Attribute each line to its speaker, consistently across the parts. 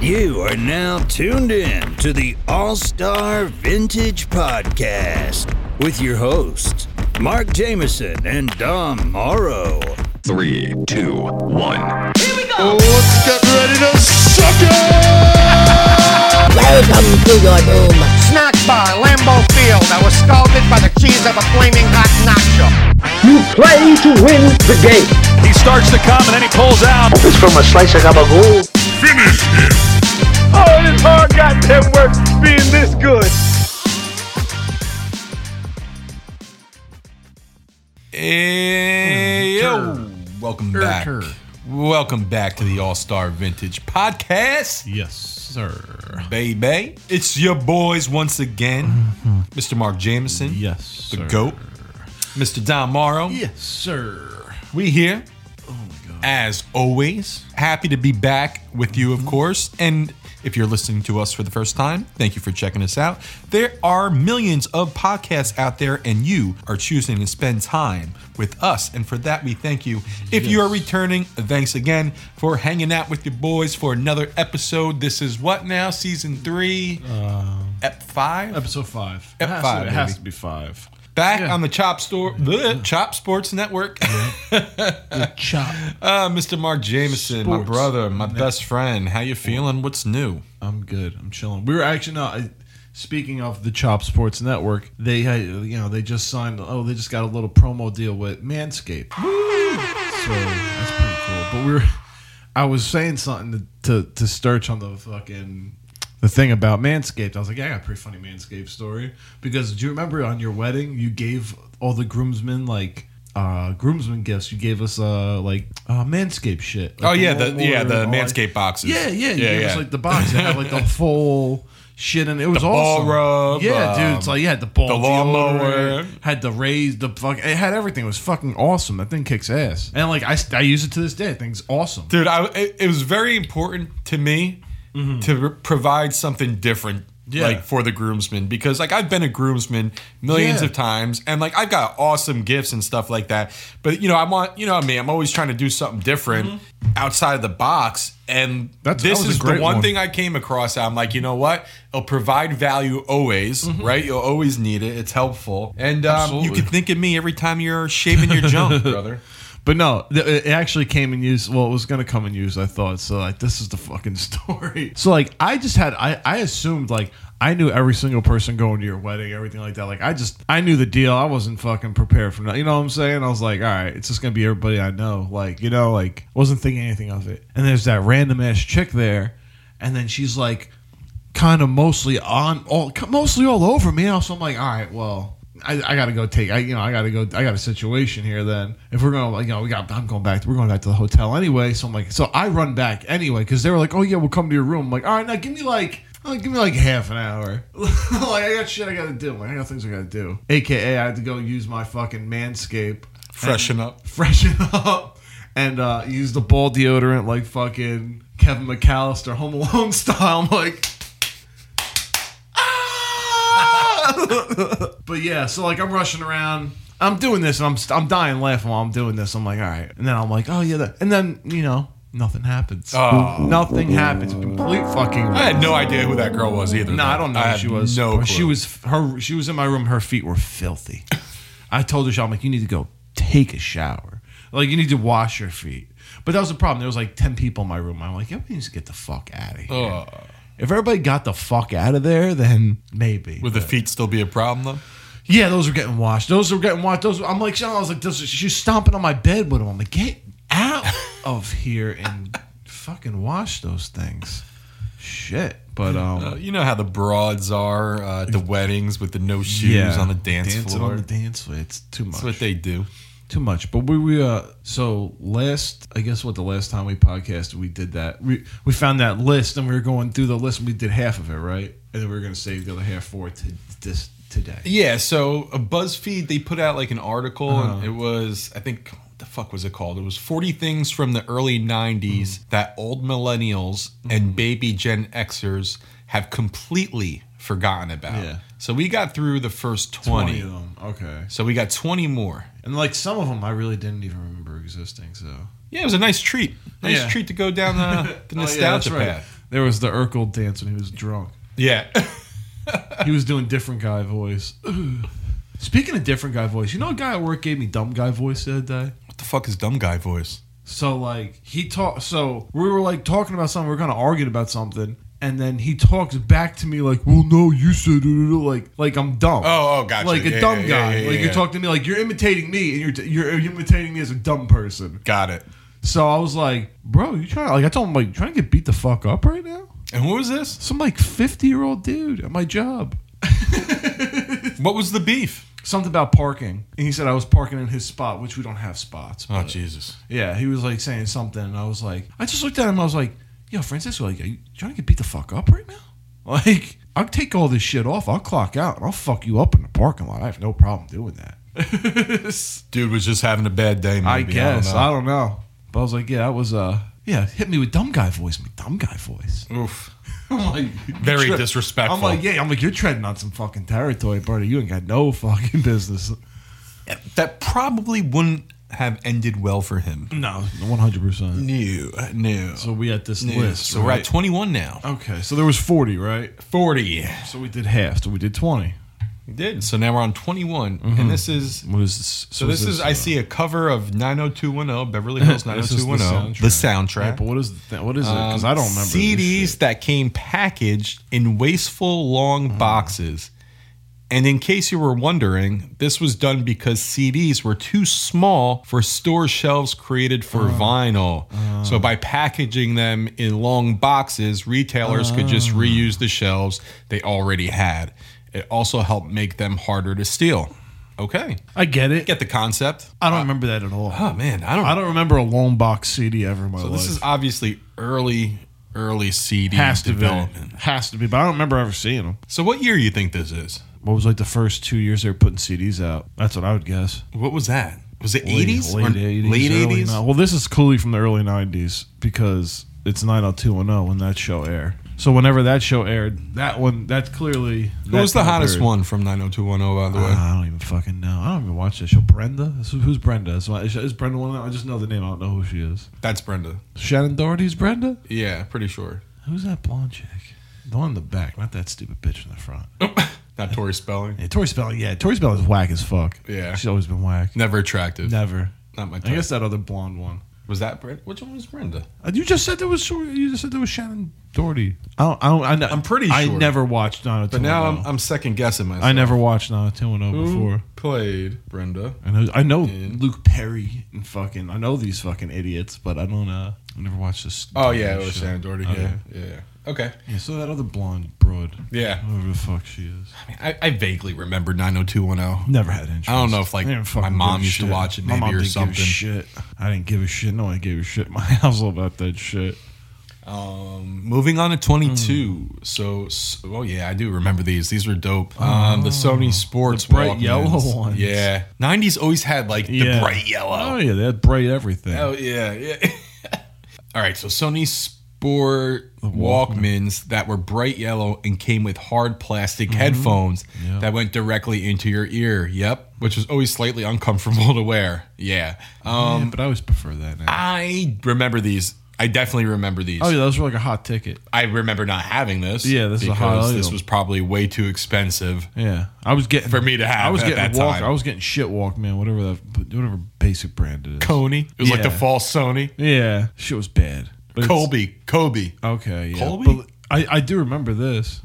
Speaker 1: You are now tuned in to the All Star Vintage Podcast with your hosts, Mark Jameson and Dom Morrow.
Speaker 2: Three, two, one.
Speaker 3: Let's get ready to suck
Speaker 4: Welcome to your room.
Speaker 5: Snack bar, Lambeau Field. I was scalded by the cheese of a flaming hot nacho.
Speaker 6: You play to win the game.
Speaker 7: He starts to come and then he pulls out.
Speaker 6: It's from a slice of gabagool.
Speaker 7: Oh, it's hard goddamn work being this good.
Speaker 8: Hey, yo. Welcome back. Welcome back to the All Star Vintage Podcast,
Speaker 9: Yes, sir.
Speaker 8: baby. It's your boys once again, Mr. Mark Jameson,
Speaker 9: Mm-hmm. Yes,
Speaker 8: the
Speaker 9: sir.
Speaker 8: GOAT, Mr. Don Morrow.
Speaker 9: Yes, sir.
Speaker 8: We here, as always. Happy to be back with you, of course. And if you're listening to us for the first time, thank you for checking us out. There are millions of podcasts out there, and you are choosing to spend time with us. And for that, we thank you. If you are returning, thanks again for hanging out with your boys for another episode. This is what now? Season three, ep five?
Speaker 9: Episode five.
Speaker 8: Ep
Speaker 9: it has,
Speaker 8: five,
Speaker 9: to, it has
Speaker 8: baby.
Speaker 9: to be five.
Speaker 8: back
Speaker 9: yeah.
Speaker 8: on the Chop Store, the Chop Sports Network.
Speaker 9: Chop.
Speaker 8: Uh, Mr. Mark Jameson, my
Speaker 9: Sports.
Speaker 8: brother, my best friend. How you feeling? What's new?
Speaker 9: I'm good. I'm chilling. We were actually no. I, speaking of the Chop Sports Network, they had you know they just signed. Oh, they just got a little promo deal with Manscaped. So that's pretty cool. But we were. I was saying something to to, to Sturch on the fucking. The thing about Manscaped, I was like, yeah, I got a pretty funny Manscaped story. Because do you remember on your wedding, you gave all the groomsmen, like, uh, groomsmen gifts? You gave us, uh, like, uh, Manscaped shit. Like
Speaker 8: Oh, yeah, the- yeah, the
Speaker 9: and all that.
Speaker 8: Manscaped boxes.
Speaker 9: Yeah, yeah, you
Speaker 8: Yeah,
Speaker 9: gave
Speaker 8: yeah.
Speaker 9: us, like, the box that had like the full shit and it was
Speaker 8: The ball
Speaker 9: awesome.
Speaker 8: rub,
Speaker 9: yeah, dude, it's
Speaker 8: um,
Speaker 9: like you had the ball,
Speaker 8: the lawnmower.
Speaker 9: deodorant, had the raised, the fuck, it had everything. It was fucking awesome. That thing kicks ass, and like I, st- I use it to this day. That thing's awesome.
Speaker 8: Dude, I, it, it was very important to me to r- provide something different.
Speaker 9: Mm-hmm. Yeah.
Speaker 8: Like for the groomsmen, because like I've been a groomsman millions
Speaker 9: Yeah.
Speaker 8: of times, and like I've got awesome gifts and stuff like that. But you know, I want you know me. I'm always trying to do something different outside of the box, and
Speaker 9: Mm-hmm. That's- that
Speaker 8: this
Speaker 9: was a
Speaker 8: is the
Speaker 9: great
Speaker 8: one
Speaker 9: one.
Speaker 8: thing I came across. I'm like, you know what? It'll provide value always, right? You'll always need it. It's helpful, and um, you
Speaker 9: Mm-hmm. Absolutely.
Speaker 8: can think of me every time you're shaving your junk, brother.
Speaker 9: But no, th- it actually came in use. Well, it was gonna come in use, I thought. So like, this is the fucking story. So like, I just had, I, I assumed like. I knew every single person going to your wedding, everything like that. Like I just, I knew the deal. I wasn't fucking prepared for that. You know what I'm saying? I was like, all right, it's just gonna be everybody I know. Like you know, like wasn't thinking anything of it. And there's that random ass chick there, and then she's like, kind of mostly on all mostly all over me. And so I'm like, all right, well, I, I gotta go take I you know I gotta go I got a situation here. Then if we're gonna like you know we got I'm going back we're going back to the hotel anyway. So I'm like so I run back anyway because they were like oh yeah we'll come to your room. I'm like all right now give me like. I'm like, give me like half an hour. like I got shit I gotta do. Like I got things I gotta do. AKA I had to go use my fucking manscape,
Speaker 8: Freshen up.
Speaker 9: freshen up, and uh, use the ball deodorant like fucking Kevin McAllister, Home Alone style. I'm like, but yeah, so like I'm rushing around. I'm doing this, and I'm st- I'm dying laughing while I'm doing this. I'm like, all right, and then I'm like, oh yeah, that. and then you know nothing happens.
Speaker 8: Oh.
Speaker 9: Nothing happens. Complete fucking.
Speaker 8: I had no idea who that girl was either.
Speaker 9: No, I don't know who
Speaker 8: had
Speaker 9: she was.
Speaker 8: No,
Speaker 9: but
Speaker 8: clue.
Speaker 9: she was her. She was in my room. Her feet were filthy. I told her, she- I'm like, you need to go take a shower. Like, you need to wash your feet. But that was the problem. There was like ten people in my room. I'm like, everybody needs to get the fuck out of here.
Speaker 8: Ugh.
Speaker 9: If everybody got the fuck out of there, then maybe.
Speaker 8: Would the feet still be a problem though?
Speaker 9: Yeah, those were getting washed. Those were getting washed. Those I'm like, I was like, this, she's stomping on my bed with them. I'm like, get out of here and fucking wash those things. Shit. But um,
Speaker 8: Uh, you know how the broads are uh, at the weddings with the no shoes on the dance
Speaker 9: Dancing
Speaker 8: floor.
Speaker 9: on the dance floor. It's too much.
Speaker 8: That's what they do.
Speaker 9: too much. But we we uh so last I guess what the last time we podcasted we did that we we found that list and we were going through the list and we did half of it right and then we were gonna save the other half for to this today.
Speaker 8: Yeah. So uh, BuzzFeed they put out like an article, and
Speaker 9: Uh-huh.
Speaker 8: it was I think what the fuck was it called? It was 40 things from the early 90s
Speaker 9: Mm.
Speaker 8: that old millennials and baby Gen Xers have completely forgotten about.
Speaker 9: Yeah.
Speaker 8: So we got through the first 20.
Speaker 9: Twenty of them. Okay.
Speaker 8: So we got 20 more.
Speaker 9: And like some of them I really didn't even remember existing. So
Speaker 8: Yeah, it was a nice treat. Nice
Speaker 9: Yeah.
Speaker 8: treat to go down the, the
Speaker 9: Oh, yeah,
Speaker 8: nostalgia
Speaker 9: that's right.
Speaker 8: path.
Speaker 9: There was the Urkel dance when he was drunk.
Speaker 8: Yeah.
Speaker 9: He was doing different guy voice. Speaking of different guy voice, you know a guy at work gave me dumb guy voice the other day?
Speaker 8: what the fuck is dumb guy voice?
Speaker 9: So like he talked. So we were like talking about something. We were kind of arguing about something, and then he talks back to me like, "Well, no, you said like like I'm dumb."
Speaker 8: Oh, oh, gotcha.
Speaker 9: Like a
Speaker 8: Yeah,
Speaker 9: dumb
Speaker 8: yeah,
Speaker 9: guy.
Speaker 8: yeah, yeah,
Speaker 9: like
Speaker 8: yeah.
Speaker 9: you're talking to me like you're imitating me, and you're t- you're imitating me as a dumb person.
Speaker 8: Got it.
Speaker 9: So I was like, "Bro, you trying?" Like I told him like, "You "Trying to get beat the fuck up right now."
Speaker 8: And who was this?
Speaker 9: Some like fifty year old dude at my job.
Speaker 8: What was the beef?
Speaker 9: Something about parking, and he said I was parking in his spot, which we don't have spots.
Speaker 8: Oh
Speaker 9: but-
Speaker 8: Jesus.
Speaker 9: Yeah, he was like saying something, and I was like, I just looked at him. I was like, Yo, Francisco, like, are you trying to get beat the fuck up right now? Like, I'll take all this shit off. I'll clock out, and I'll fuck you up in the parking lot. I have no problem doing that.
Speaker 8: Dude was just having a bad day. Maybe.
Speaker 9: I guess
Speaker 8: don't know.
Speaker 9: I don't know, but I was like, yeah, that was uh, yeah, hit me with dumb guy voice, me dumb guy voice.
Speaker 8: Oof.
Speaker 9: I'm like,
Speaker 8: Mm. Very
Speaker 9: you're tre-
Speaker 8: disrespectful.
Speaker 9: I'm like, yeah, I'm like, you're treading on some fucking territory, brother. You ain't got no fucking business.
Speaker 8: That probably wouldn't have ended well for him.
Speaker 9: No, 100. percent
Speaker 8: No, no.
Speaker 9: So we at this
Speaker 8: No.
Speaker 9: list.
Speaker 8: Mm. so we're at 21 now.
Speaker 9: okay. So there was 40, right?
Speaker 8: 40.
Speaker 9: So we did half. So we did twenty.
Speaker 8: We did. So now we're on 21. And this is.
Speaker 9: What is this?
Speaker 8: So this is I see a cover of 90210 Beverly Hills
Speaker 9: This is the
Speaker 8: 90210
Speaker 9: soundtrack.
Speaker 8: the soundtrack.
Speaker 9: Yeah, but what is the thing? what is it? Because
Speaker 8: Um,
Speaker 9: I don't remember this
Speaker 8: CDs
Speaker 9: shit. Uh-huh.
Speaker 8: that came packaged in wasteful long boxes. And in case you were wondering, this was done because CDs were too small for store shelves created for
Speaker 9: Uh-huh.
Speaker 8: vinyl. so by packaging them in long boxes, retailers could just
Speaker 9: Uh-huh.
Speaker 8: reuse the shelves they already had. It also helped make them harder to steal. Okay.
Speaker 9: I get it.
Speaker 8: Get the concept.
Speaker 9: I don't remember that at all.
Speaker 8: Oh man, I don't
Speaker 9: I don't remember a long box CD ever in my
Speaker 8: So
Speaker 9: life.
Speaker 8: this is obviously early early CD
Speaker 9: has to
Speaker 8: development.
Speaker 9: be has to be, but I don't remember ever seeing them.
Speaker 8: So what year you think this is?
Speaker 9: What was like the first two years they were putting CDs out? That's what I would guess.
Speaker 8: What was that? Was it
Speaker 9: Late-
Speaker 8: eighties?
Speaker 9: late eighties,
Speaker 8: Late
Speaker 9: early
Speaker 8: eighties?
Speaker 9: ni- Well, this is clearly from the early nineties because it's nine hundred two one zero when that show aired. So whenever that show aired, that one that's clearly
Speaker 8: Who was the hottest
Speaker 9: one?
Speaker 8: one from 90210, by the way?
Speaker 9: Uh, I don't even fucking know. I don't even watch this show. Brenda? This is- Who's Brenda? Is, my- is- is Brenda one of them? I just know the name. I don't know who she is.
Speaker 8: That's Brenda.
Speaker 9: Shannon Doherty's Brenda?
Speaker 8: Yeah, pretty sure.
Speaker 9: Who's that blonde chick? The one in the back, not that stupid bitch in the front.
Speaker 8: Not Tori Spelling.
Speaker 9: Yeah, Tori Spelling. Yeah, Tori Spelling is whack as fuck.
Speaker 8: Yeah.
Speaker 9: She's always been whack.
Speaker 8: Never attractive.
Speaker 9: Never.
Speaker 8: Not my
Speaker 9: I
Speaker 8: type.
Speaker 9: guess that other blonde one.
Speaker 8: was that Brenda? Which one was Brenda?
Speaker 9: Uh, You just said there was Sor- you just said there was Shannon Doherty. I don't. I don't I know,
Speaker 8: I'm pretty
Speaker 9: I
Speaker 8: sure.
Speaker 9: never watched Nana.
Speaker 8: But now I'm, I'm second guessing myself.
Speaker 9: I never watched Nana Two and
Speaker 8: Who
Speaker 9: before.
Speaker 8: played Brenda.
Speaker 9: I know, I know
Speaker 8: And-
Speaker 9: Luke Perry and fucking. I know these fucking idiots, but I don't. Uh, I never watched this.
Speaker 8: Oh yeah, it
Speaker 9: shit.
Speaker 8: was Shannon Doherty. Yeah, yeah. Okay.
Speaker 9: Yeah, so that other blonde broad,
Speaker 8: Yeah.
Speaker 9: whoever the fuck she is,
Speaker 8: I, mean, I, I vaguely remember 90210.
Speaker 9: never had interest.
Speaker 8: I don't know if, like,
Speaker 9: I didn't fucking
Speaker 8: my mom
Speaker 9: give a
Speaker 8: used to
Speaker 9: shit.
Speaker 8: watch it
Speaker 9: My
Speaker 8: maybe
Speaker 9: mom
Speaker 8: or
Speaker 9: didn't
Speaker 8: something.
Speaker 9: Give a shit. I didn't give a shit. No one gave a shit in my house about that shit.
Speaker 8: Um, moving on to 22.
Speaker 9: Hmm.
Speaker 8: So, s oh yeah, I do remember these. These were dope. Um, the Sony Sports
Speaker 9: Oh, the bright
Speaker 8: Walkmans.
Speaker 9: yellow ones.
Speaker 8: Yeah, 90s always had like the
Speaker 9: Yeah.
Speaker 8: bright
Speaker 9: Oh
Speaker 8: yellow.
Speaker 9: yeah, they had bright everything.
Speaker 8: Oh yeah, yeah. All right, so Sony Sport Walkmans that were bright yellow and came with hard plastic headphones
Speaker 9: Mm-hmm. Yeah.
Speaker 8: that went directly into your ear. Yep, which was always slightly uncomfortable to wear. Yeah. Um,
Speaker 9: yeah, but I always prefer that. Now.
Speaker 8: I remember these. I definitely remember these.
Speaker 9: Oh yeah, those were like a hot ticket.
Speaker 8: I remember not having this.
Speaker 9: Yeah, this is a high
Speaker 8: because this
Speaker 9: item.
Speaker 8: was probably way too expensive.
Speaker 9: Yeah, I was getting
Speaker 8: For me to have
Speaker 9: I was
Speaker 8: at
Speaker 9: getting
Speaker 8: that
Speaker 9: walk.
Speaker 8: time.
Speaker 9: I was getting shit walk, man. Whatever that, whatever basic brand it is.
Speaker 8: Coney. It was like the
Speaker 9: Yeah.
Speaker 8: false Sony.
Speaker 9: Yeah, shit was bad. But it's-
Speaker 8: Kobe. Kobe.
Speaker 9: Okay, yeah.
Speaker 8: Colby?
Speaker 9: But I, I do remember this.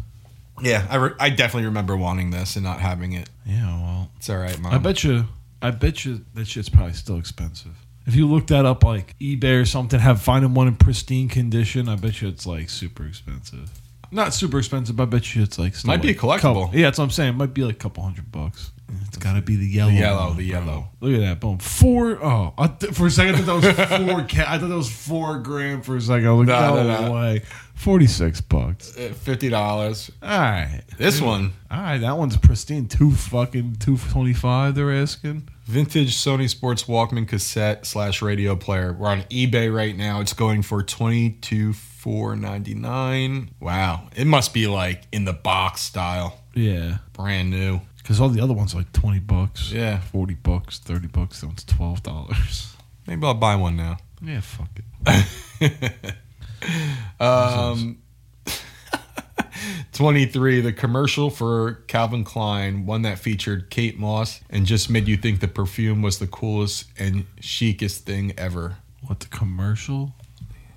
Speaker 8: Yeah, I, re- I definitely remember wanting this and not having it.
Speaker 9: Yeah, well,
Speaker 8: It's all right, mom.
Speaker 9: I bet you, I bet you that shit's probably still expensive. If you look that up, like eBay or something, have finding one in pristine condition, I bet you it's like super expensive. Not super expensive, but I bet you it's like still
Speaker 8: Might be
Speaker 9: like,
Speaker 8: a collectible.
Speaker 9: couple- yeah, that's what I'm saying. It might be like a couple hundred bucks. It's got to be the yellow.
Speaker 8: The yellow,
Speaker 9: one,
Speaker 8: the
Speaker 9: bro.
Speaker 8: yellow.
Speaker 9: Look at that, boom. Four. Oh, I th- for a second, I thought that was four. ca- I thought that was four grand for a second. I was like,
Speaker 8: No,
Speaker 9: no,
Speaker 8: no, no.
Speaker 9: way, forty six bucks.
Speaker 8: Uh, $50.
Speaker 9: All right.
Speaker 8: This one,
Speaker 9: All right, that one's pristine. Two fucking two twenty five. They're asking.
Speaker 8: vintage Sony Sports Walkman cassette slash radio player. We're on eBay right now. It's going for twenty two four ninety nine. Wow. It must be like in the box style.
Speaker 9: Yeah,
Speaker 8: Brand new.
Speaker 9: because all the other ones are like twenty bucks.
Speaker 8: Yeah.
Speaker 9: forty bucks, thirty bucks. That one's twelve dollars.
Speaker 8: Maybe I'll buy one now.
Speaker 9: Yeah, fuck it.
Speaker 8: Um, 23, the commercial for Calvin Klein, one that featured Kate Moss and just made you think the perfume was the coolest and chicest thing ever.
Speaker 9: What the commercial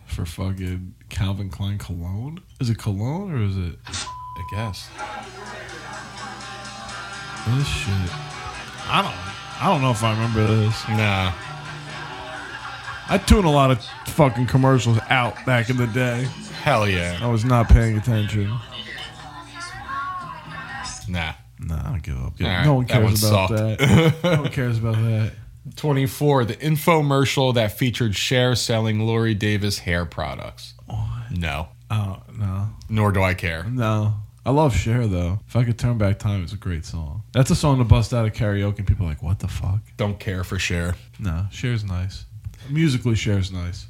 Speaker 9: for fucking Calvin Klein cologne? Is it cologne or is it?
Speaker 8: I guess.
Speaker 9: This shit. I don't. I don't know if I remember this.
Speaker 8: Nah.
Speaker 9: I tune a lot of fucking commercials out back in the day.
Speaker 8: Hell yeah.
Speaker 9: I was not paying attention.
Speaker 8: Nah.
Speaker 9: Nah, I don't give up.
Speaker 8: right,
Speaker 9: no one
Speaker 8: that
Speaker 9: cares
Speaker 8: one
Speaker 9: about
Speaker 8: sucked.
Speaker 9: that. no one cares about that.
Speaker 8: 24, the infomercial that featured Cher selling Lori Davis hair products. No.
Speaker 9: Oh no,
Speaker 8: Nor do I care.
Speaker 9: no. I love Cher though. If I could turn back time, it's a great song. That's a song to bust out of karaoke, and people are like, "What the fuck?"
Speaker 8: Don't care for Cher.
Speaker 9: No, Cher's nice. Musically, Cher's nice.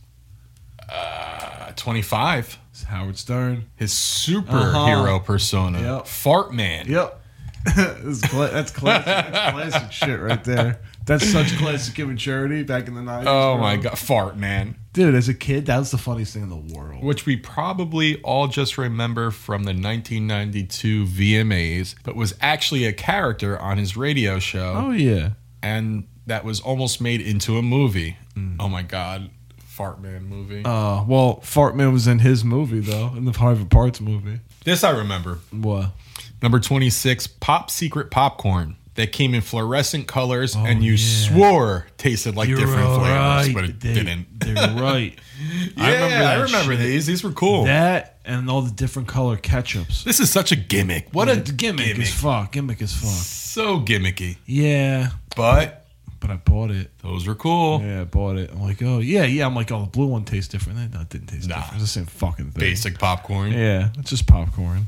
Speaker 8: Uh, 25,
Speaker 9: It's Howard Stern.
Speaker 8: his superhero persona,
Speaker 9: Uh-huh. Yep.
Speaker 8: Fart Man.
Speaker 9: Yep. that's, cla- that's classic, classic shit right there. That's such classic immaturity back in the 90s.
Speaker 8: Oh
Speaker 9: bro.
Speaker 8: my God. Fart Man.
Speaker 9: Dude, as a kid, that was the funniest thing in the world.
Speaker 8: which we probably all just remember from the 1992 VMAs, but was actually a character on his radio show,
Speaker 9: Oh, yeah.
Speaker 8: and that was almost made into a movie.
Speaker 9: Mm.
Speaker 8: Oh my God, Fart Man movie.
Speaker 9: Uh, well, Fartman was in his movie, though, in the Private Parts movie.
Speaker 8: this I remember.
Speaker 9: What?
Speaker 8: Number 26, Pop Secret Popcorn. That came in fluorescent colors,
Speaker 9: Oh,
Speaker 8: and you swore tasted like different flavors, but it didn't.
Speaker 9: They're right.
Speaker 8: Yeah, I remember,
Speaker 9: that shit.
Speaker 8: these. These were cool.
Speaker 9: That and all the different color ketchups.
Speaker 8: this is such a gimmick. What a Mm-hmm. gimmick!
Speaker 9: Gimmick as fuck. Gimmick as fuck.
Speaker 8: So gimmicky,
Speaker 9: Yeah,
Speaker 8: but
Speaker 9: but I bought it.
Speaker 8: those were cool.
Speaker 9: Yeah, I bought it. I'm like, oh yeah, yeah. I'm like, oh, the blue one tastes different. No, it didn't taste
Speaker 8: Nah.
Speaker 9: different. It's the same fucking thing.
Speaker 8: basic popcorn.
Speaker 9: Yeah, it's just popcorn.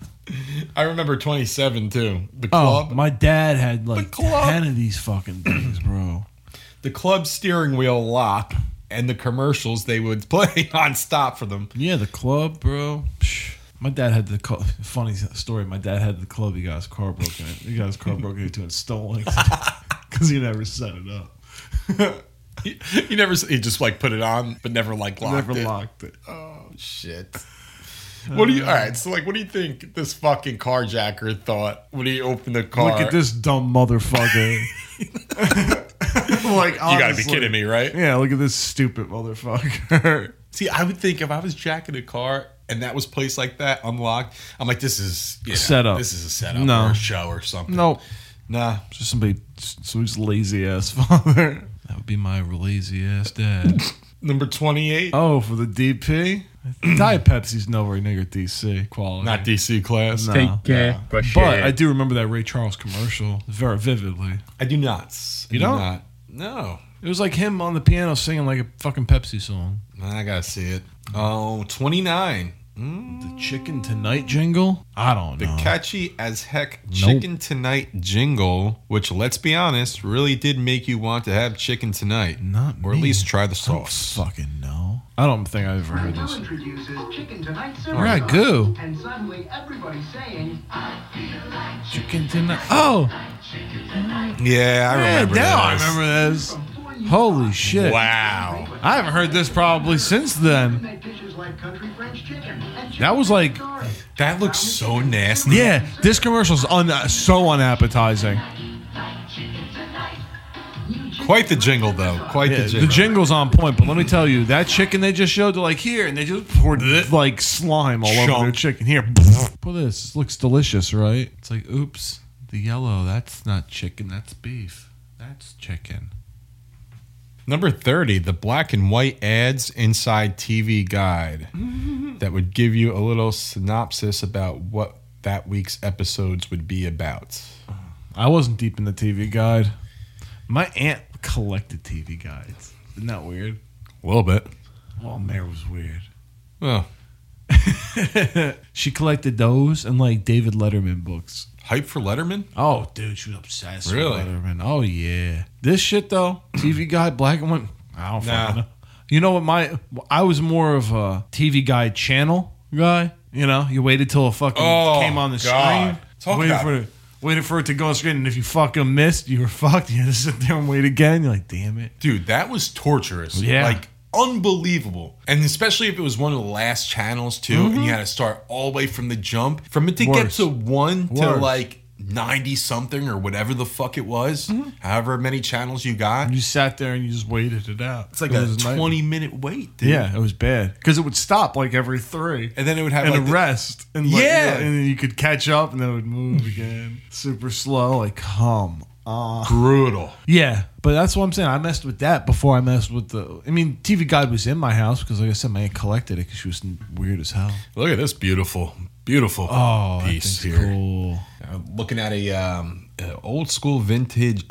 Speaker 8: I remember 27 too. The
Speaker 9: Oh,
Speaker 8: club,
Speaker 9: my dad had like
Speaker 8: club.
Speaker 9: ten of these fucking things, bro.
Speaker 8: the club steering wheel lock, and the commercials they would play nonstop for them.
Speaker 9: Yeah, the club, bro. Psh. My dad had the club. Funny story. My dad had the club. He got his car broken. in- He got his car broken into and stolen because he never set it up.
Speaker 8: He, he never, s- he just like put it on, but never like locked
Speaker 9: never
Speaker 8: it.
Speaker 9: locked it.
Speaker 8: Oh shit. What do you? All right, so like, what do you think this fucking carjacker thought when he opened the car?
Speaker 9: Look at this dumb motherfucker. like,
Speaker 8: You gotta be kidding me, right?
Speaker 9: Yeah, look at this stupid motherfucker.
Speaker 8: See, I would think if I was jacking a car and that was placed like that, unlocked, I'm like, this is you know,
Speaker 9: Setup.
Speaker 8: This is a setup
Speaker 9: No.
Speaker 8: or a show or something.
Speaker 9: nope.
Speaker 8: nah,
Speaker 9: Just somebody, somebody's lazy ass father. That would be my lazy ass dad.
Speaker 8: Number 28.
Speaker 9: oh, for the DP? Diet Pepsi's nowhere near DC quality.
Speaker 8: Not DC class.
Speaker 9: No.
Speaker 4: care. But
Speaker 9: But I do remember that Ray Charles commercial very vividly.
Speaker 8: I do not. I
Speaker 9: You
Speaker 8: do
Speaker 9: don't?
Speaker 8: Not. No.
Speaker 9: It was like him on the piano singing like a fucking Pepsi song.
Speaker 8: I gotta see it. Oh, 29.
Speaker 9: The Chicken Tonight jingle? I don't
Speaker 8: The
Speaker 9: know.
Speaker 8: catchy as heck Chicken Tonight jingle, which, let's be honest, really did make you want to have chicken tonight.
Speaker 9: Not
Speaker 8: or at
Speaker 9: Mm, me.
Speaker 8: least try the
Speaker 9: I don't
Speaker 8: sauce.
Speaker 9: fucking know. I don't think I've ever heard this.
Speaker 10: introduces Chicken Tonight cereal.
Speaker 9: Ragu.
Speaker 10: And suddenly everybody's saying, I feel like
Speaker 9: Chicken Tonight. Oh,
Speaker 8: Yeah, I
Speaker 9: yeah,
Speaker 8: remember
Speaker 9: now I
Speaker 8: this.
Speaker 9: remember this. Holy shit.
Speaker 8: Wow.
Speaker 9: I haven't heard this probably since then.
Speaker 10: make dishes like country French chicken. And chicken
Speaker 9: That was like,
Speaker 8: That looks so nasty.
Speaker 9: yeah, this commercial's un- so unappetizing.
Speaker 8: Quite the jingle, though. Quite
Speaker 9: Yeah,
Speaker 8: the jingle.
Speaker 9: the jingle's on point, but let me tell you, that chicken they just showed, they're like here, and they just poured like slime all over their
Speaker 8: Chunk.
Speaker 9: chicken. Here, well, this looks delicious, right? It's like, oops, the yellow. That's not chicken. That's beef. That's chicken.
Speaker 8: Number 30, the black and white ads inside TV guide that would give you a little synopsis about what that week's episodes would be about.
Speaker 9: I wasn't deep in the TV guide. My aunt collected TV guides. Isn't that weird?
Speaker 8: A little bit.
Speaker 9: Well, Mare was weird.
Speaker 8: Well,
Speaker 9: She collected those and like David Letterman books.
Speaker 8: hype for Letterman?
Speaker 9: Oh, dude, she was obsessed
Speaker 8: Really?
Speaker 9: with Letterman. Oh yeah, this shit though. TV guide, black and white. I don't
Speaker 8: Nah.
Speaker 9: fucking know. You know what? My I was more of a TV guide channel guy. You know, you waited till it fucking
Speaker 8: Oh,
Speaker 9: came on the
Speaker 8: God.
Speaker 9: screen.
Speaker 8: Talk
Speaker 9: waited
Speaker 8: about
Speaker 9: for it. Waited for it to go on screen, and if you fucking missed, you were fucked. You had to sit there and wait again. You're like, damn it.
Speaker 8: Dude, that was torturous.
Speaker 9: Yeah.
Speaker 8: Like, unbelievable. And especially if it was one of the last channels too, and you had to start all the way from the jump. From it to get
Speaker 9: Worse.
Speaker 8: to one to
Speaker 9: Worse.
Speaker 8: like 90 something or whatever the fuck it was, however many channels you got.
Speaker 9: You sat there and you just waited it out.
Speaker 8: It's like
Speaker 9: It
Speaker 8: a
Speaker 9: was night-
Speaker 8: 20 minute wait, dude.
Speaker 9: Yeah, it was bad because it would stop like every three,
Speaker 8: And then it would have
Speaker 9: and
Speaker 8: like
Speaker 9: a
Speaker 8: the-
Speaker 9: rest, and like,
Speaker 8: Yeah.
Speaker 9: and then you could catch up, and then it would move again, super slow. Like, come on.
Speaker 8: brutal.
Speaker 9: Yeah, but that's what I'm saying. I messed with that before I messed with the. I mean, TV Guide was in my house because, like I said, my aunt collected it because she was weird as hell.
Speaker 8: Look at this beautiful, beautiful
Speaker 9: Oh, that
Speaker 8: piece
Speaker 9: thing's
Speaker 8: here.
Speaker 9: cool.
Speaker 8: I'm looking at a um, uh, old school vintage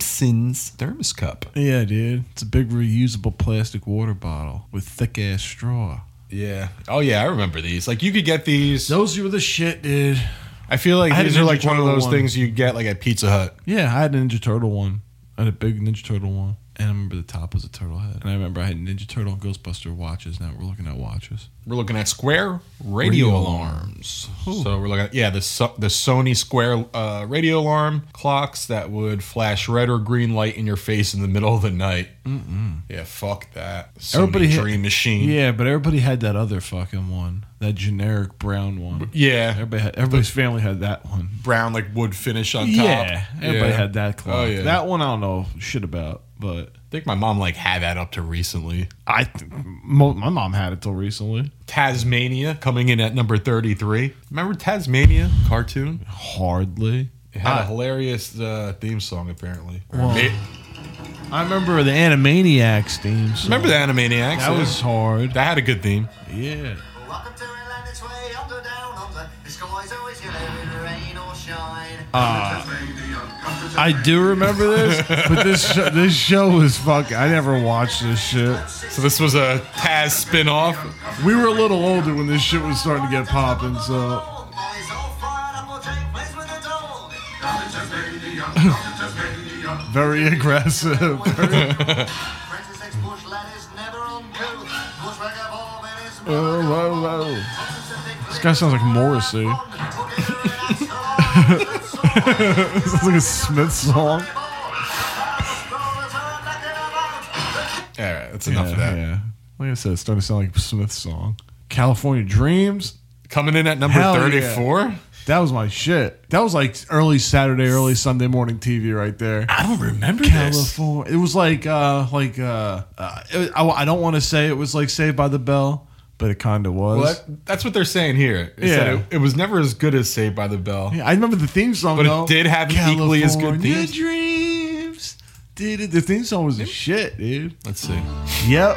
Speaker 8: Simpsons thermos cup.
Speaker 9: Yeah, dude, it's a big reusable plastic water bottle with thick ass straw.
Speaker 8: Yeah. Oh yeah, I remember these. Like you could get these.
Speaker 9: Those were the shit, dude.
Speaker 8: I feel like
Speaker 9: I had
Speaker 8: these
Speaker 9: a
Speaker 8: are
Speaker 9: Ninja
Speaker 8: like one of
Speaker 9: Turtle
Speaker 8: those
Speaker 9: one.
Speaker 8: things you get like at Pizza Hut.
Speaker 9: Yeah, I had a Ninja Turtle one. I had a big Ninja Turtle one. And I remember the top was a turtle head. And I remember I had Ninja Turtle and Ghostbuster watches. Now we're looking at watches.
Speaker 8: We're looking at square radio,
Speaker 9: Radio
Speaker 8: alarms. So we're looking at yeah the so- the Sony Square uh, radio alarm clocks that would flash red or green light in your face in the middle of the night. Mm-mm. Yeah, fuck that. Sony
Speaker 9: Everybody hit-
Speaker 8: Dream Machine.
Speaker 9: Yeah, but everybody had that other fucking one. That generic brown one.
Speaker 8: Yeah.
Speaker 9: Everybody had, everybody's family had that one.
Speaker 8: brown like wood finish on top.
Speaker 9: Yeah. Everybody
Speaker 8: Yeah.
Speaker 9: had that clock.
Speaker 8: Oh, yeah.
Speaker 9: That one I don't know shit about, but
Speaker 8: I think my mom like had that up to recently.
Speaker 9: I th- mo- my mom had it till recently.
Speaker 8: Tasmania coming in at number 33. Remember Tasmania cartoon?
Speaker 9: Hardly.
Speaker 8: It had
Speaker 9: Ah.
Speaker 8: a hilarious uh, theme song apparently.
Speaker 9: Well,
Speaker 8: Ma-
Speaker 9: I remember the Animaniacs theme. song.
Speaker 8: remember the Animaniacs?
Speaker 9: That was hard.
Speaker 8: that had a good theme.
Speaker 9: Yeah.
Speaker 4: Welcome to Atlantic's way, under, down, under. The sky's always gonna rain or shine.
Speaker 9: I do remember this, but this show, this show was fuck. I never watched this shit.
Speaker 8: So this was a Taz spin-off.
Speaker 9: We were a little older when this shit was starting to get popping, so
Speaker 4: Eyes all fired up, we'll take place with the dog.
Speaker 9: very aggressive.
Speaker 4: Francis X. Bush lad is never uncouth. Bushwhacker Bob and his
Speaker 9: Whoa, whoa, whoa. This guy sounds like Morrissey. This is like a Smith song.
Speaker 8: All right, that's enough of that.
Speaker 9: Like I said, it's starting to sound like a Smith song. California Dreams.
Speaker 8: Coming in at number
Speaker 9: Hell yeah.
Speaker 8: 34.
Speaker 9: That was my shit. That was like early Saturday, early Sunday morning TV right there.
Speaker 8: I don't remember
Speaker 9: California. It was like uh like uh, uh it- I, I don't want to say it was like Saved by the Bell, but it kind of was.
Speaker 8: Well, that- that's what they're saying here. Is
Speaker 9: Yeah.
Speaker 8: that it, it was never as good as Saved by the Bell.
Speaker 9: Yeah, I remember the theme song,
Speaker 8: But it
Speaker 9: though.
Speaker 8: did have an equally as good
Speaker 9: California
Speaker 8: theme.
Speaker 9: dreams. Dude, the theme song was a shit, dude.
Speaker 8: Let's see.
Speaker 9: Yep.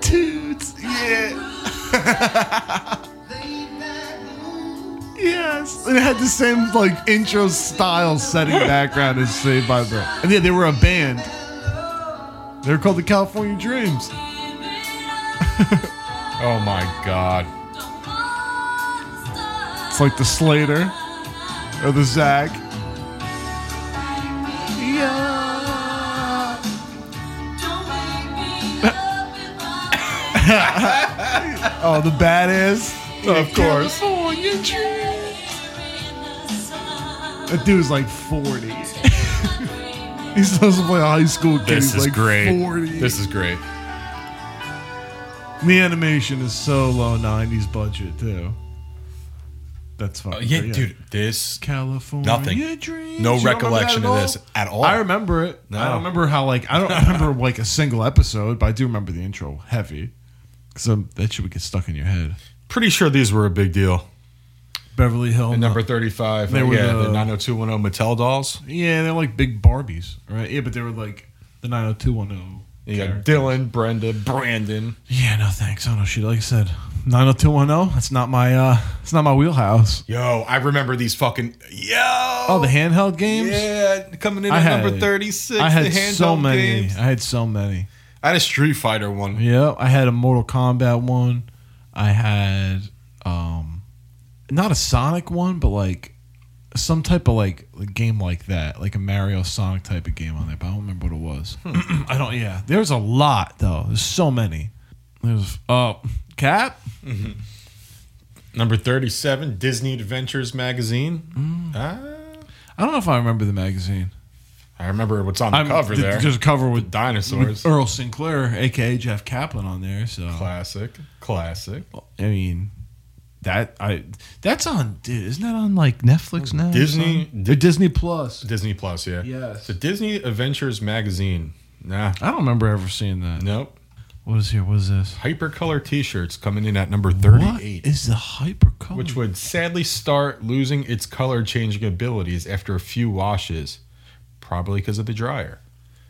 Speaker 9: Toots. Yeah. Yes. And it had the same like intro style setting background as Saved by the. And yeah, they were a band. They were called the California Dreams.
Speaker 8: Oh my god.
Speaker 9: It's like the Slater or the Zach. Yeah. oh, the badass. Of course. That dude's like 40. He's supposed to play a high school kid.
Speaker 8: This
Speaker 9: He's
Speaker 8: is
Speaker 9: like
Speaker 8: great.
Speaker 9: 40.
Speaker 8: This is great.
Speaker 9: the animation is so low 90s budget, too. That's fine.
Speaker 8: Uh, yeah, dude, this
Speaker 9: California.
Speaker 8: Nothing.
Speaker 9: Dreams.
Speaker 8: no
Speaker 9: You don't remember
Speaker 8: recollection
Speaker 9: that
Speaker 8: of
Speaker 9: all?
Speaker 8: this at all.
Speaker 9: I remember it.
Speaker 8: No.
Speaker 9: I don't remember how like I don't remember like a single episode, but I do remember the intro heavy. Because that shit would get stuck in your head.
Speaker 8: Pretty sure these were a big deal.
Speaker 9: Beverly Hill.
Speaker 8: And number thirty-five,
Speaker 9: They
Speaker 8: uh,
Speaker 9: were
Speaker 8: yeah, the,
Speaker 9: the-
Speaker 8: 90210 Mattel dolls.
Speaker 9: yeah, they're like big Barbies, right? Yeah, but they were like the 90210.
Speaker 8: You got
Speaker 9: characters.
Speaker 8: Dylan, Brenda, Brandon.
Speaker 9: Yeah, no thanks. I don't know shit. Like I said, 90210. That's not my. uh It's not my wheelhouse.
Speaker 8: Yo, I remember these fucking yo.
Speaker 9: Oh, the handheld games.
Speaker 8: yeah, coming in
Speaker 9: I
Speaker 8: at
Speaker 9: had-
Speaker 8: number thirty-six.
Speaker 9: I
Speaker 8: the
Speaker 9: had
Speaker 8: handheld
Speaker 9: so many.
Speaker 8: games.
Speaker 9: I had so many.
Speaker 8: I had a Street Fighter one.
Speaker 9: Yeah, I had a Mortal Kombat one. I had um not a Sonic one, but like some type of like game like that, like a Mario Sonic type of game on there, but I don't remember what it was.
Speaker 8: Hmm.
Speaker 9: I don't yeah. There's a lot though. There's so many. There's oh Cap? Mm.
Speaker 8: Number thirty-seven, Disney Adventures magazine. Ah,
Speaker 9: I don't know if I remember the magazine.
Speaker 8: I remember what's on the
Speaker 9: I'm-
Speaker 8: cover
Speaker 9: th-
Speaker 8: there.
Speaker 9: There's a cover with
Speaker 8: dinosaurs.
Speaker 9: Earl Sinclair, aka Jeff Kaplan, on there. So
Speaker 8: classic, classic.
Speaker 9: I mean, that I that's on. Dude, isn't that on like Netflix now? or
Speaker 8: Disney-
Speaker 9: something? Or Disney Plus.
Speaker 8: Disney Plus, yeah.
Speaker 9: Yes.
Speaker 8: The Disney Adventures magazine. Nah,
Speaker 9: I don't remember ever seeing that.
Speaker 8: nope.
Speaker 9: What is here? What is this?
Speaker 8: Hypercolor T-shirts coming in at number
Speaker 9: What
Speaker 8: thirty-eight.
Speaker 9: is the hypercolor?
Speaker 8: which would sadly start losing its color changing abilities after a few washes, probably because of the dryer.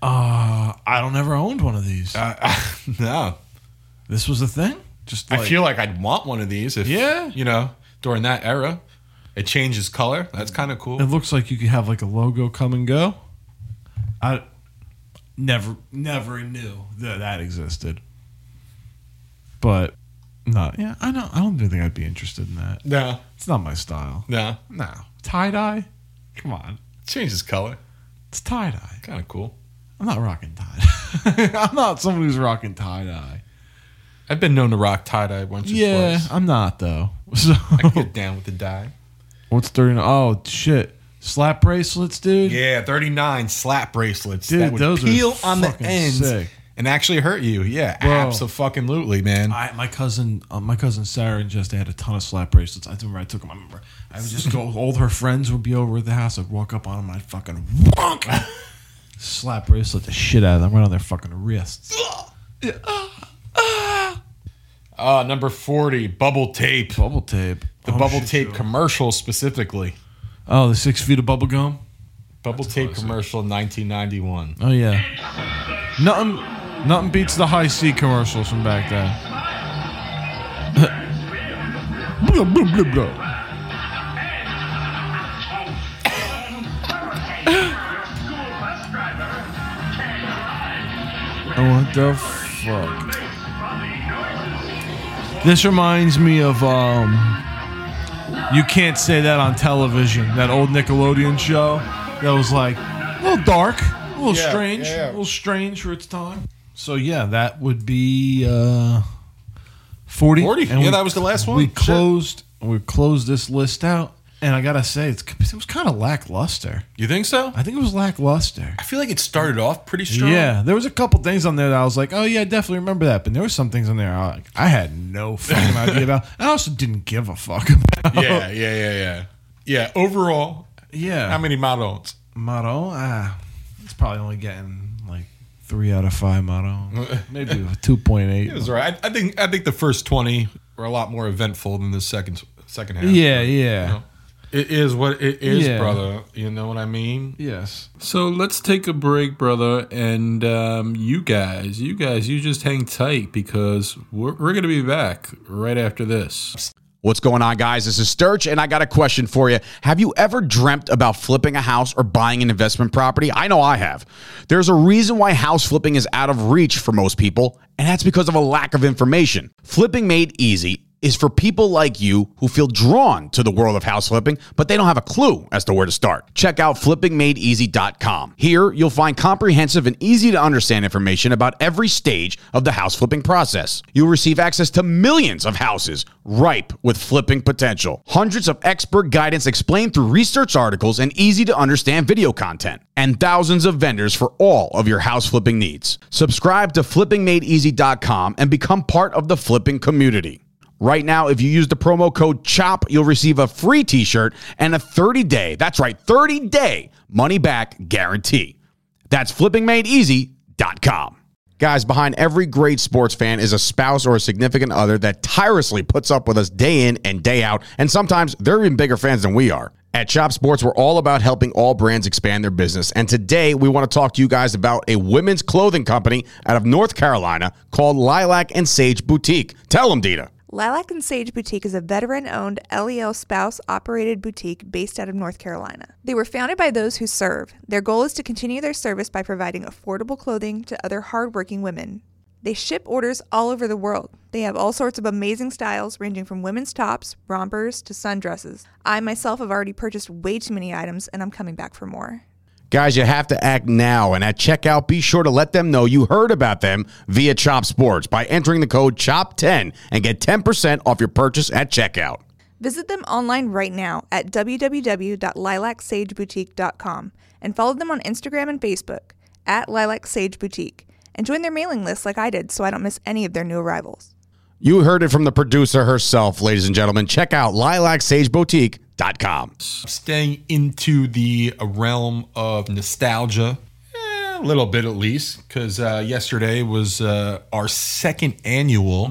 Speaker 9: Uh, I don't ever owned one of these.
Speaker 8: Uh, no,
Speaker 9: this was a thing. Just
Speaker 8: I
Speaker 9: like-
Speaker 8: feel like I'd want one of these if
Speaker 9: Yeah.
Speaker 8: you know during that era, it changes color. That's kind of cool.
Speaker 9: It looks like you could have like a logo come and go. I never, never knew that that existed. But not, yeah, I don't, I don't really think I'd be interested in that.
Speaker 8: No,
Speaker 9: It's not my style.
Speaker 8: no,
Speaker 9: No, tie dye. Come on,
Speaker 8: changes color.
Speaker 9: it's tie dye.
Speaker 8: Kind of cool.
Speaker 9: I'm not rocking tie. dye I'm not someone who's rocking tie dye.
Speaker 8: I've been known to rock tie dye once or
Speaker 9: Yeah, Oh.
Speaker 8: twice.
Speaker 9: I'm not though. So
Speaker 8: I can get down with the dye.
Speaker 9: what's thirty? Oh shit, slap bracelets, dude.
Speaker 8: Yeah, 39 slap bracelets
Speaker 9: Dude,
Speaker 8: that would
Speaker 9: those are
Speaker 8: peel on the
Speaker 9: fucking
Speaker 8: ends
Speaker 9: sick.
Speaker 8: and actually hurt you. Yeah,
Speaker 9: Bro.
Speaker 8: absolutely, man.
Speaker 9: I, my cousin, uh, my cousin Sarah and Jess, they had a ton of slap bracelets. I remember I took them. I remember I would just go. All her friends would be over at the house. I'd walk up on them. I'd fucking wonk, slap bracelet the shit out of them right on their fucking wrists.
Speaker 8: Uh, number 40, bubble tape.
Speaker 9: Bubble tape.
Speaker 8: The
Speaker 9: Oh,
Speaker 8: bubble
Speaker 9: shit,
Speaker 8: tape
Speaker 9: yo.
Speaker 8: commercial specifically.
Speaker 9: oh, the six feet of bubble gum.
Speaker 8: Bubble tape commercial 1991.
Speaker 9: Oh yeah. Nothing, nothing beats the high C commercials from back then. Blah, blah, blah, blah. What the fuck? This reminds me of um. You can't say that on television. That old Nickelodeon show that was like a little dark, a little
Speaker 8: Yeah,
Speaker 9: strange,
Speaker 8: yeah.
Speaker 9: a little strange for its time. So yeah, that would be uh, forty.
Speaker 8: 40? Yeah, that was the last one.
Speaker 9: We
Speaker 8: Shit.
Speaker 9: closed. We closed this list out, and I gotta say, it's, it was kind of lackluster.
Speaker 8: You think so?
Speaker 9: I think it was lackluster.
Speaker 8: I feel like it started off pretty strong.
Speaker 9: Yeah, there was a couple things on there that I was like, oh yeah, I definitely remember that. But there were some things on there I, like, I had no fucking idea about. And I also didn't give a fuck about.
Speaker 8: Yeah, yeah, yeah, yeah. Yeah, overall,
Speaker 9: Yeah.
Speaker 8: how many models?
Speaker 9: Motto? Ah, it's probably only getting like three out of five motto. Maybe a two point eight.
Speaker 8: It was all right. I, I think I think the first 20 were a lot more eventful than the second second half.
Speaker 9: Yeah,
Speaker 8: You
Speaker 9: yeah.
Speaker 8: know? It is what it is,
Speaker 9: Yeah.
Speaker 8: brother. You know what I mean?
Speaker 9: Yes.
Speaker 11: So let's take a break, brother. And um, you guys, you guys, you just hang tight because we're, we're going to be back right after this.
Speaker 12: What's going on, guys? This is Sturch, and I got a question for you. Have you ever dreamt about flipping a house or buying an investment property? I know I have. There's a reason why house flipping is out of reach for most people, and that's because of a lack of information. Flipping made easy is for people like you who feel drawn to the world of house flipping, but they don't have a clue as to where to start. Check out flippingmadeeasy.com. Here, you'll find comprehensive and easy to understand information about every stage of the house flipping process. You'll receive access to millions of houses ripe with flipping potential. Hundreds of expert guidance explained through research articles and easy to understand video content, and thousands of vendors for all of your house flipping needs. Subscribe to flippingmadeeasy.com and become part of the flipping community. Right now, if you use the promo code CHOP, you'll receive a free t shirt and a 30 day, that's right, 30 day money back guarantee. That's flippingmadeeasy.com. Guys, behind every great sports fan is a spouse or a significant other that tirelessly puts up with us day in and day out, and sometimes they're even bigger fans than we are. At Shop Sports, we're all about helping all brands expand their business. And today, we want to talk to you guys about a women's clothing company out of North Carolina called Lilac and Sage Boutique. Tell them, Dita.
Speaker 13: Lilac and Sage Boutique is a veteran owned LEL spouse operated boutique based out of North Carolina. They were founded by those who serve. Their goal is to continue their service by providing affordable clothing to other hardworking women. They ship orders all over the world. They have all sorts of amazing styles, ranging from women's tops, rompers, to sundresses. I myself have already purchased way too many items, and I'm coming back for more.
Speaker 12: Guys, you have to act now. And at checkout, be sure to let them know you heard about them via Chop Sports by entering the code CHOP10 and get 10% off your purchase at checkout.
Speaker 13: Visit them online right now at www.lilacsageboutique.com and follow them on Instagram and Facebook at Lilac Sage Boutique and join their mailing list like I did so I don't miss any of their new arrivals.
Speaker 12: You heard it from the producer herself, ladies and gentlemen. Check out lilacsageboutique.com.
Speaker 8: Staying into the realm of nostalgia, eh, a little bit at least, because uh, yesterday was uh, our second annual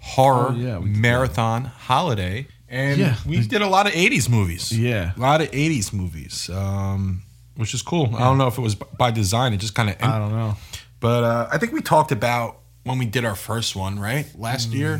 Speaker 8: horror
Speaker 9: Hmm. Oh, yeah, we did
Speaker 8: marathon holiday. And
Speaker 9: Yeah.
Speaker 8: we did a lot of 80s movies.
Speaker 9: Yeah.
Speaker 8: A lot of 80s movies, um, which is cool. I don't know if it was b- by design. It just kind of.
Speaker 9: I don't know.
Speaker 8: But uh, I think we talked about when we did our first one, right? Last year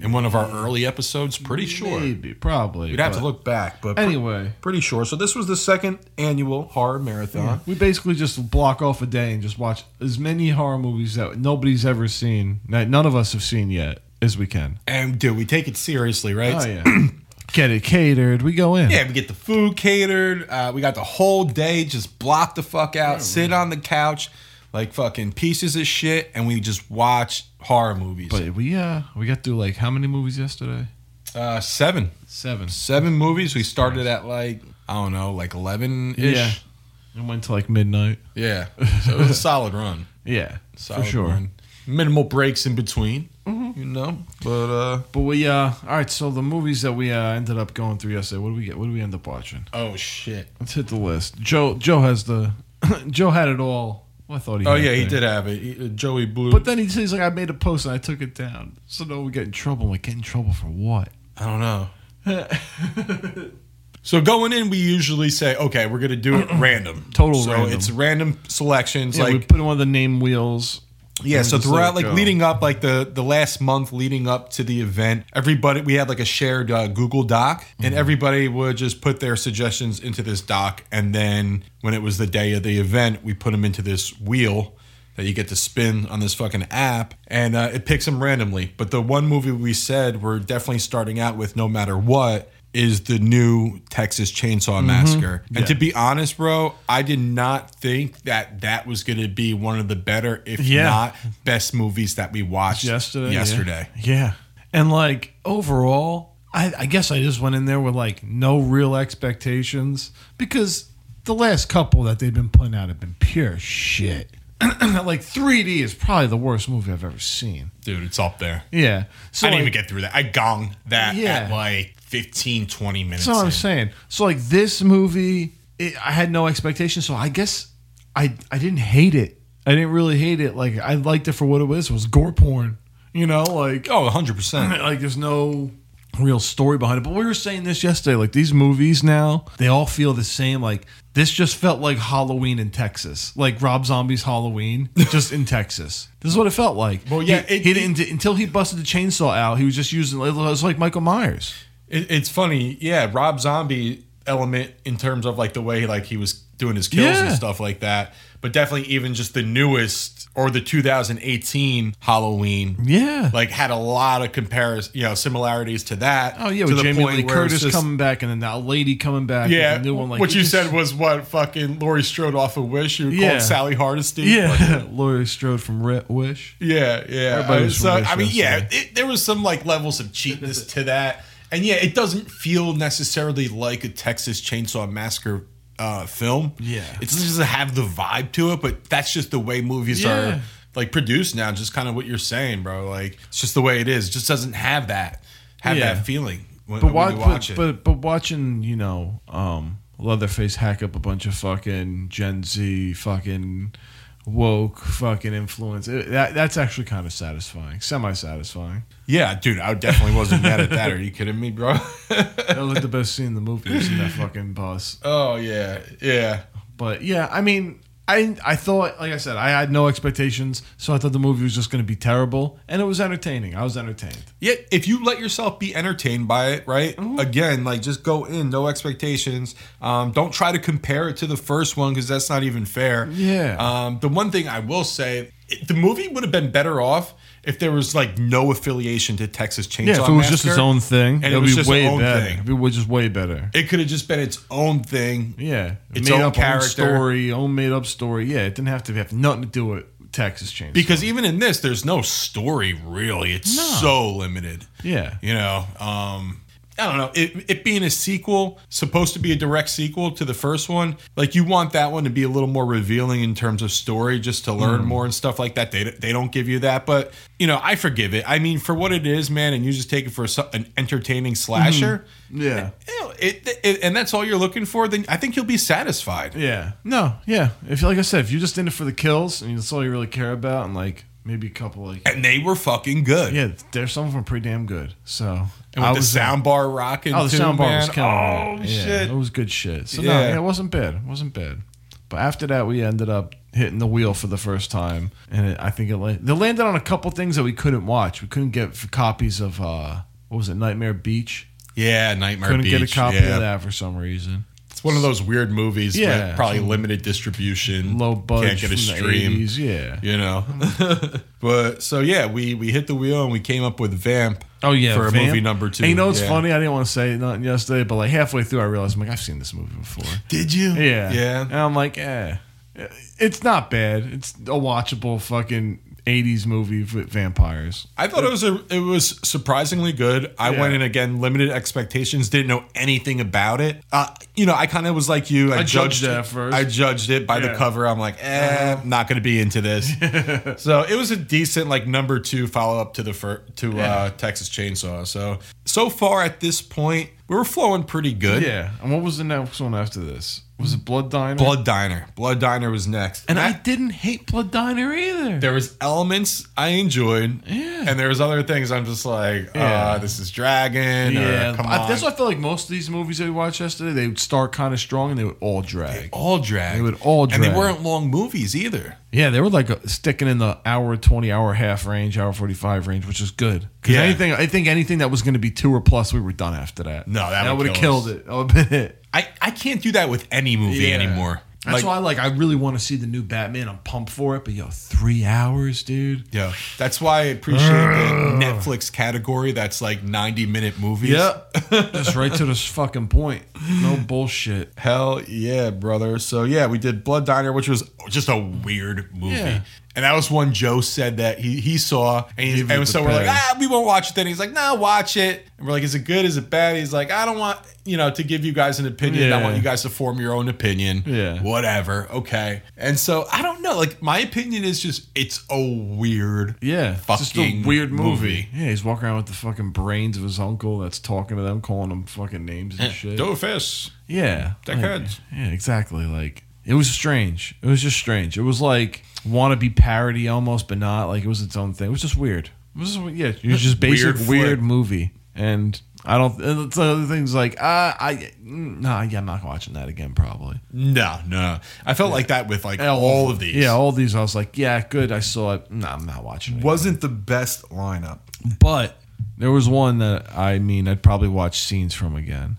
Speaker 8: in one of our early episodes. Pretty sure.
Speaker 9: Hmm. Maybe, probably.
Speaker 8: We'd have to
Speaker 9: but-
Speaker 8: look back. But pr-
Speaker 9: Anyway.
Speaker 8: pretty sure. So this was the second annual horror
Speaker 9: Yeah.
Speaker 8: marathon.
Speaker 9: We basically just block off a day and just watch as many horror movies that nobody's ever seen, that none of us have seen yet, as we can.
Speaker 8: And dude, we take it seriously, right?
Speaker 9: Oh, yeah. Get it catered. We go in.
Speaker 8: Yeah, we get the food catered. Uh, we got the whole day just block the fuck out, sit on the couch like fucking pieces of shit, and we just watch horror movies.
Speaker 9: But we uh we got through like how many movies yesterday?
Speaker 8: uh, seven,
Speaker 9: Seven.
Speaker 8: seven movies. We started at like I don't know, like eleven ish.
Speaker 9: Yeah. It went to like midnight.
Speaker 8: Yeah. So it was a solid run.
Speaker 9: Yeah,
Speaker 8: Solid
Speaker 9: for sure. Mm-hmm.
Speaker 8: run. Minimal breaks in between. You know? But uh
Speaker 9: But we uh all right. So the movies that we uh, ended up going through yesterday. What do we get? What do we end up watching?
Speaker 8: oh shit.
Speaker 9: Let's hit the list. Joe Joe has the Joe had it all. Well, I thought he.
Speaker 8: Oh
Speaker 9: had
Speaker 8: yeah, he
Speaker 9: things.
Speaker 8: did have it. He- uh, Joey Blue.
Speaker 9: But then he says like I made a post and I took it down. So now we get in trouble. I'm like get in trouble for what?
Speaker 8: I don't know. So going in, we usually say, okay, we're gonna do it random.
Speaker 9: Total
Speaker 8: So
Speaker 9: random.
Speaker 8: it's random selections.
Speaker 9: yeah,
Speaker 8: like
Speaker 9: we put him on the name wheels.
Speaker 8: yeah.
Speaker 9: and
Speaker 8: So
Speaker 9: we just let
Speaker 8: throughout,
Speaker 9: it
Speaker 8: like
Speaker 9: go.
Speaker 8: leading up, like the the last month leading up to the event, everybody we had like a shared uh, Google Doc,
Speaker 9: Mm-hmm.
Speaker 8: and everybody would just put their suggestions into this doc, and then when it was the day of the event, we put them into this wheel. That you get to spin on this fucking app, and uh, it picks them randomly. But the one movie we said we're definitely starting out with, no matter what, is the new Texas Chainsaw Massacre. And to
Speaker 9: Mm-hmm. Yeah.
Speaker 8: be honest, bro, I did not think that that was going to be one of the better, if
Speaker 9: Yeah.
Speaker 8: not best movies that we watched
Speaker 9: yesterday. yeah.
Speaker 8: Yesterday.
Speaker 9: Yeah. And like overall, I, I guess I just went in there with like no real expectations because the last couple that they've been putting out have been pure shit. like 3D is probably the worst movie I've ever seen.
Speaker 8: Dude, it's up there.
Speaker 9: Yeah. So
Speaker 8: I didn't
Speaker 9: like,
Speaker 8: even get through that. I gonged that
Speaker 9: Yeah.
Speaker 8: at like 15, 20 minutes.
Speaker 9: That's what I'm
Speaker 8: in.
Speaker 9: saying. So like this movie, it, I had no expectations. So I guess I I didn't hate it. I didn't really hate it. Like I liked it for what it was. It was gore porn. You know, like
Speaker 8: Oh, 100%.
Speaker 9: like there's no real story behind it. But we were saying this yesterday. Like these movies now, they all feel the same. Like this just felt like Halloween in Texas, like Rob Zombie's Halloween, just in Texas. This is what it felt like.
Speaker 8: Well, yeah,
Speaker 9: he,
Speaker 8: it-
Speaker 9: he didn't until he busted the chainsaw out. He was just using. It was like Michael Myers.
Speaker 8: It, it's funny, yeah. Rob Zombie element in terms of like the way like he was doing his kills and
Speaker 9: Yeah.
Speaker 8: stuff like that, but definitely even just the newest or the 2018 Halloween,
Speaker 9: Yeah.
Speaker 8: like had a lot of comparison, you know, similarities to that.
Speaker 9: Oh yeah,
Speaker 8: to
Speaker 9: with Jamie Lee
Speaker 8: where it's
Speaker 9: Curtis
Speaker 8: just-
Speaker 9: coming back, and then that lady coming back.
Speaker 8: Yeah,
Speaker 9: with the new one. Like
Speaker 8: what
Speaker 9: it
Speaker 8: you
Speaker 9: just-
Speaker 8: said was what fucking Laurie Strode off of Wish, who
Speaker 9: Yeah.
Speaker 8: called Sally Hardesty.
Speaker 9: Yeah, Laurie Strode from Re- Wish.
Speaker 8: Yeah, yeah.
Speaker 9: Everybody
Speaker 8: I-
Speaker 9: was
Speaker 8: so,
Speaker 9: from
Speaker 8: I mean, yeah,
Speaker 9: Westchester.
Speaker 8: it, there was some like levels of cheapness to that, and yeah, it doesn't feel necessarily like a Texas Chainsaw Massacre uh, film.
Speaker 9: Yeah.
Speaker 8: it doesn't have the vibe to it, but that's just the way movies
Speaker 9: Yeah.
Speaker 8: are like produced now. Just kind of what you're saying, bro. Like it's just the way it is. It just doesn't have that have
Speaker 9: Yeah.
Speaker 8: that feeling when,
Speaker 9: But
Speaker 8: when
Speaker 9: why?
Speaker 8: you watch
Speaker 9: But,
Speaker 8: it.
Speaker 9: but but watching you know um, Leatherface hack up a bunch of fucking Gen Z fucking woke fucking influence. It, that that's actually kind of satisfying, semi satisfying.
Speaker 8: yeah, dude, I definitely wasn't mad at that. Are you kidding me, bro?
Speaker 9: That was like the best scene in the movie was in that fucking bus.
Speaker 8: oh yeah, yeah.
Speaker 9: But yeah, I mean, I I thought, like I said, I had no expectations, so I thought the movie was just going to be terrible, and it was entertaining. I was entertained.
Speaker 8: Yeah, if you let yourself be entertained by it, right?
Speaker 9: Mm-hmm.
Speaker 8: Again, like just go in, no expectations. Um, don't try to compare it to the first one because that's not even fair.
Speaker 9: Yeah.
Speaker 8: Um, the one thing I will say, it, the movie would have been better off if there was like no affiliation to Texas Chainsaw.
Speaker 9: Yeah, if it was just its
Speaker 8: Massacre,
Speaker 9: own thing,
Speaker 8: and
Speaker 9: it
Speaker 8: it
Speaker 9: would
Speaker 8: was
Speaker 9: be
Speaker 8: just
Speaker 9: way
Speaker 8: its own
Speaker 9: better.
Speaker 8: thing.
Speaker 9: It was just way better.
Speaker 8: It could have just been its own thing.
Speaker 9: Yeah,
Speaker 8: Its own
Speaker 9: up
Speaker 8: character.
Speaker 9: story, own made up story. Yeah, it didn't have to have nothing to do with Texas Chainsaw.
Speaker 8: Because even in this, there's no story really. It's so limited.
Speaker 9: yeah,
Speaker 8: you know um I don't know. It, it being a sequel, supposed to be a direct sequel to the first one, like you want that one to be a little more revealing in terms of story, just to learn
Speaker 9: Hmm.
Speaker 14: Mm.
Speaker 8: more and stuff like that. They they don't give you that, but you know I forgive it. I mean, for what it is, man, and you just take it for a, su- an entertaining slasher,
Speaker 9: Yeah.
Speaker 8: it, it, and that's all you're looking for. Then I think you'll be satisfied.
Speaker 9: Yeah. No, yeah. If like I said, if you're just in it for the kills and that's all you really care about, and like maybe a couple like
Speaker 8: and they were fucking good.
Speaker 9: Yeah, there's some of them pretty damn good. So
Speaker 8: And with the sound bar rocking
Speaker 9: Oh, the
Speaker 8: too,
Speaker 9: sound bar
Speaker 8: man.
Speaker 9: was killing.
Speaker 8: Oh,
Speaker 9: it. Yeah,
Speaker 8: shit.
Speaker 9: it was good shit. So
Speaker 8: Yeah.
Speaker 9: no, yeah, it wasn't bad. It wasn't bad. But after that, we ended up hitting the wheel for the first time, and it, I think it la- they landed on a couple things that we couldn't watch. We couldn't get f- copies of uh, what was it, Nightmare Beach.
Speaker 8: Yeah, Nightmare
Speaker 9: Couldn't get
Speaker 8: Beach,
Speaker 9: a copy
Speaker 8: yeah.
Speaker 9: of that for some reason.
Speaker 8: It's one of those weird movies, yeah,
Speaker 9: Yeah.
Speaker 8: probably limited distribution,
Speaker 9: Low budget
Speaker 8: can't get a
Speaker 9: from the
Speaker 8: stream,
Speaker 9: 80s, yeah.
Speaker 8: you know. but so yeah, we we hit the wheel and we came up with Vamp.
Speaker 9: Oh yeah,
Speaker 8: for
Speaker 9: Vamp.
Speaker 8: a movie number two.
Speaker 9: And you know what's
Speaker 8: yeah.
Speaker 9: funny? I didn't want to say nothing yesterday, but like halfway through, I realized I'm like I've seen this movie before.
Speaker 8: Did you?
Speaker 9: Yeah,
Speaker 8: Yeah.
Speaker 9: And I'm like, eh, it's not bad. It's a watchable fucking '80s movie with vampires.
Speaker 8: I thought it was a, it was surprisingly good. I
Speaker 9: Yeah.
Speaker 8: went in again limited expectations, didn't know anything about it. Uh, you know, I kind of was like you. I,
Speaker 9: I judged
Speaker 8: it
Speaker 9: it at first.
Speaker 8: I judged it by the
Speaker 9: Yeah.
Speaker 8: cover. I'm like, eh,
Speaker 9: Uh-huh.
Speaker 8: not going to be into this. so it was a decent like number two follow up to the fir- to uh,
Speaker 9: Yeah.
Speaker 8: Texas Chainsaw. So so far at this point, we were flowing pretty good.
Speaker 9: Yeah. And what was the next one after this? Was it Blood Diner?
Speaker 8: Blood Diner. Blood Diner was next.
Speaker 9: And I didn't hate Blood Diner either.
Speaker 8: there was elements I enjoyed,
Speaker 9: Yeah.
Speaker 8: and there was other things I'm just like, uh,
Speaker 9: Yeah.
Speaker 8: this is Dragon. Yeah,
Speaker 9: yeah,
Speaker 8: or, come
Speaker 9: I-
Speaker 8: on.
Speaker 9: that's why I feel like most of these movies that we watched yesterday, they would start kind of strong and they would all drag.
Speaker 8: all drag.
Speaker 9: They would all
Speaker 8: And
Speaker 9: drag.
Speaker 8: they weren't long movies either.
Speaker 9: Yeah, they were like uh, sticking in the hour twenty, hour half range, hour forty five range, which is good. Because
Speaker 8: Yeah.
Speaker 9: anything, I think anything that was going to be two or plus, we were done after that.
Speaker 8: No, that would
Speaker 9: would have
Speaker 8: kill
Speaker 9: killed
Speaker 8: us.
Speaker 9: it. That would've been it.
Speaker 8: I, I can't do that with any movie
Speaker 9: Yeah.
Speaker 8: anymore.
Speaker 9: That's
Speaker 8: Like-
Speaker 9: why, like, I really want to see the new Batman. I'm pumped for it, but yo, three hours, dude.
Speaker 8: Yeah, that's why I appreciate the Netflix category. That's like ninety minute movies.
Speaker 9: just right to this fucking point. No bullshit.
Speaker 8: Hell yeah, brother. So yeah, we did Blood Diner, which was just a weird movie.
Speaker 9: Yeah.
Speaker 8: And that was one Joe said that he he saw, and, he's,
Speaker 9: Give it
Speaker 8: and so
Speaker 9: the
Speaker 8: we're like,
Speaker 9: pass.
Speaker 8: ah, we won't watch it. Then he's like, nah, watch it. And we're like, is it good? Is it bad? He's like, I don't want you know to give you guys an opinion. I
Speaker 9: Yeah.
Speaker 8: want you guys to form your own opinion.
Speaker 9: Yeah.
Speaker 8: whatever. Okay. And so I don't know. Like my opinion is just it's a weird
Speaker 9: Yeah, it's
Speaker 8: fucking
Speaker 9: just a weird movie. Yeah, he's walking around with the fucking brains of his uncle that's talking to them, calling them fucking names
Speaker 8: Eh,
Speaker 9: and shit.
Speaker 8: Doofus.
Speaker 9: Yeah.
Speaker 8: Dick
Speaker 9: like-
Speaker 8: heads.
Speaker 9: Yeah, exactly. Like it was strange. It was just strange. It was like wannabe parody almost, but not. Like it was its own thing. It was just weird. It was just, yeah, it was just basic
Speaker 8: Weird
Speaker 9: weird,
Speaker 8: flick.
Speaker 9: movie. And I don't. And it's other things like uh, I mm, nah, yeah, I'm not watching that again probably.
Speaker 8: No, no. I felt like that with like all, of these.
Speaker 9: Yeah, all these. I was like, yeah, good. I saw it. Nah, I'm not watching it.
Speaker 8: wasn't the best lineup.
Speaker 9: But there was one that I mean, I'd probably watch scenes from again.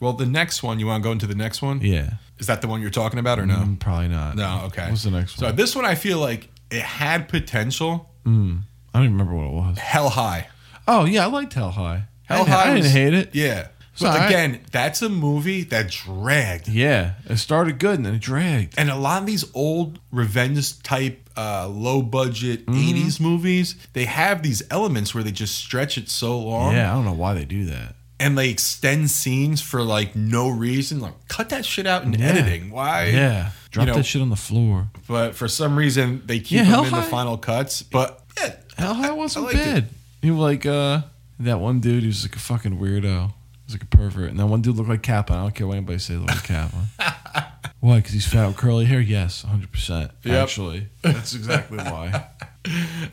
Speaker 8: Well, the next one, you want to go into the next one?
Speaker 9: Yeah.
Speaker 8: Is that the one you're talking about or no?
Speaker 9: Mm, probably not.
Speaker 8: No, okay.
Speaker 9: What's the next
Speaker 8: So
Speaker 9: one?
Speaker 8: this one I feel like it had potential.
Speaker 9: Mm, I don't even remember what it was.
Speaker 8: Hell high.
Speaker 9: Oh yeah, I liked Hell High. I
Speaker 8: Hell
Speaker 9: didn't-
Speaker 8: high.
Speaker 9: I didn't
Speaker 8: was-
Speaker 9: hate it.
Speaker 8: Yeah.
Speaker 9: all
Speaker 8: But
Speaker 9: right.
Speaker 8: again, that's a movie that dragged.
Speaker 9: Yeah, it started good and then it dragged.
Speaker 8: And a lot of these old revenge type, uh, low budget
Speaker 9: Mm-hmm.
Speaker 8: 80s movies, they have these elements where they just stretch it so long.
Speaker 9: Yeah, I don't know why they do that.
Speaker 8: and they extend scenes for like no reason. Like, cut that shit out in
Speaker 9: Yeah.
Speaker 8: editing. Why?
Speaker 9: yeah, drop
Speaker 8: you know,
Speaker 9: that shit on the floor.
Speaker 8: But for some reason, they keep
Speaker 9: Yeah,
Speaker 8: them
Speaker 9: Hell
Speaker 8: in the
Speaker 9: High-
Speaker 8: final cuts. But yeah,
Speaker 9: Hell High wasn't
Speaker 8: liked it.
Speaker 9: bad. He was like uh, that one dude. He was like a fucking weirdo. He was like a pervert. And that one dude looked like Kaplan. I don't care what anybody says. Looked like Kaplan. why? Because he's fat with curly hair. Yes, hundred percent.
Speaker 8: Yep.
Speaker 9: Actually, that's exactly why.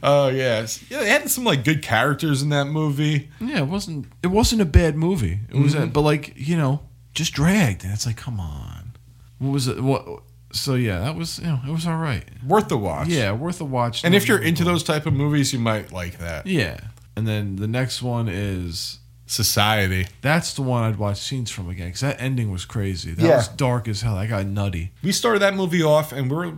Speaker 8: oh yeah, yeah, they had some like good characters in that movie.
Speaker 9: Yeah, it wasn't. It wasn't a bad movie. It was, a, but like you know, just dragged. And it's like, come on. What was it? What? So yeah, that was. You know, it was all right.
Speaker 8: Worth the watch.
Speaker 9: Yeah, worth a watch.
Speaker 8: and
Speaker 9: No,
Speaker 8: if you're
Speaker 9: no,
Speaker 8: into
Speaker 9: no.
Speaker 8: those type of movies, you might like that.
Speaker 9: yeah, and then the next one is
Speaker 8: Society.
Speaker 9: that's the one I'd watch scenes from again because that ending was crazy. That
Speaker 8: Yeah.
Speaker 9: was dark as hell. That got nutty.
Speaker 8: We started that movie off, and we're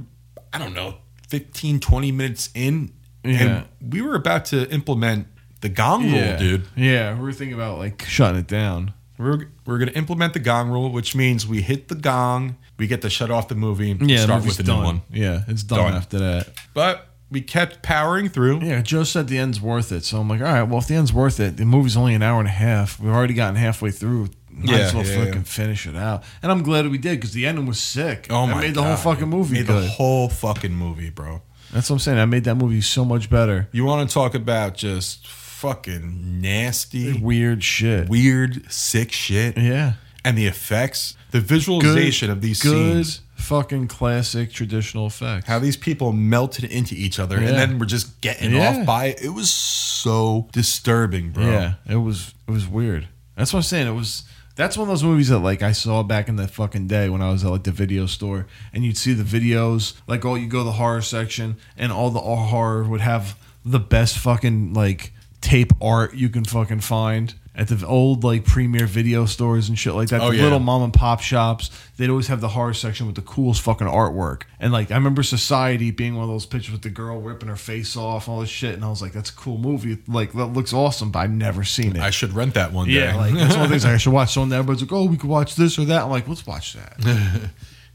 Speaker 8: I don't know 15, 20 minutes in,
Speaker 9: Yeah.
Speaker 8: and we were about to implement the gong
Speaker 9: yeah,
Speaker 8: rule, dude.
Speaker 9: Yeah, we were thinking about like shutting it down.
Speaker 8: We're, we're going to implement the gong rule, which means we hit the gong, we get to shut off the movie,
Speaker 9: Yeah, the
Speaker 8: start with
Speaker 9: movie's
Speaker 8: the
Speaker 9: done.
Speaker 8: new one.
Speaker 9: Yeah, it's done,
Speaker 8: Done.
Speaker 9: after that.
Speaker 8: But we kept powering through.
Speaker 9: Yeah, Joe said the end's worth it. So I'm like, all right, well, if the end's worth it, the movie's only an hour and a half. We've already gotten halfway through. Might
Speaker 8: Yeah,
Speaker 9: as well
Speaker 8: yeah,
Speaker 9: fucking
Speaker 8: yeah.
Speaker 9: finish it out. And I'm glad we did because the ending was sick.
Speaker 8: Oh
Speaker 9: That
Speaker 8: my
Speaker 9: made the
Speaker 8: God,
Speaker 9: whole fucking
Speaker 8: dude.
Speaker 9: movie
Speaker 8: Made
Speaker 9: good.
Speaker 8: the whole fucking movie, bro.
Speaker 9: That's what I'm saying. I made that movie so much better.
Speaker 8: You want to talk about just fucking nasty,
Speaker 9: weird shit,
Speaker 8: weird, sick shit?
Speaker 9: Yeah.
Speaker 8: And the effects, the visualization of these
Speaker 9: good
Speaker 8: scenes,
Speaker 9: fucking classic traditional effects.
Speaker 8: how these people melted into each other
Speaker 9: Yeah.
Speaker 8: and then were just getting
Speaker 9: Yeah.
Speaker 8: off by it. It was so disturbing, bro.
Speaker 9: Yeah, it was it was weird. That's what I'm saying. It was that's one of those movies that like I saw back in the fucking day when I was at like the video store, and you'd see the videos like all you go to the horror section, and all the all horror would have the best fucking like tape art you can fucking find at the old like premiere video stores and shit like that.
Speaker 8: Oh,
Speaker 9: the
Speaker 8: yeah.
Speaker 9: little mom and pop shops, they'd always have the horror section with the coolest fucking artwork. And like I remember Society being one of those pictures with the girl ripping her face off, all this shit, and I was like, that's a cool movie. Like that looks awesome, but I've never seen it.
Speaker 8: I should rent that one
Speaker 9: yeah,
Speaker 8: day.
Speaker 9: like that's one of the things I should watch. So and everybody's like, oh, we could watch this or that. I'm like, let's watch that.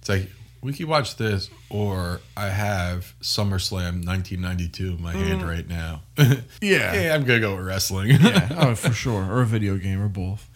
Speaker 8: it's like we could watch this, or I have SummerSlam 1992 in my
Speaker 9: Mm.
Speaker 8: hand right now.
Speaker 9: Yeah.
Speaker 8: yeah, I'm gonna go with wrestling.
Speaker 9: yeah, oh for sure, or a video game or both,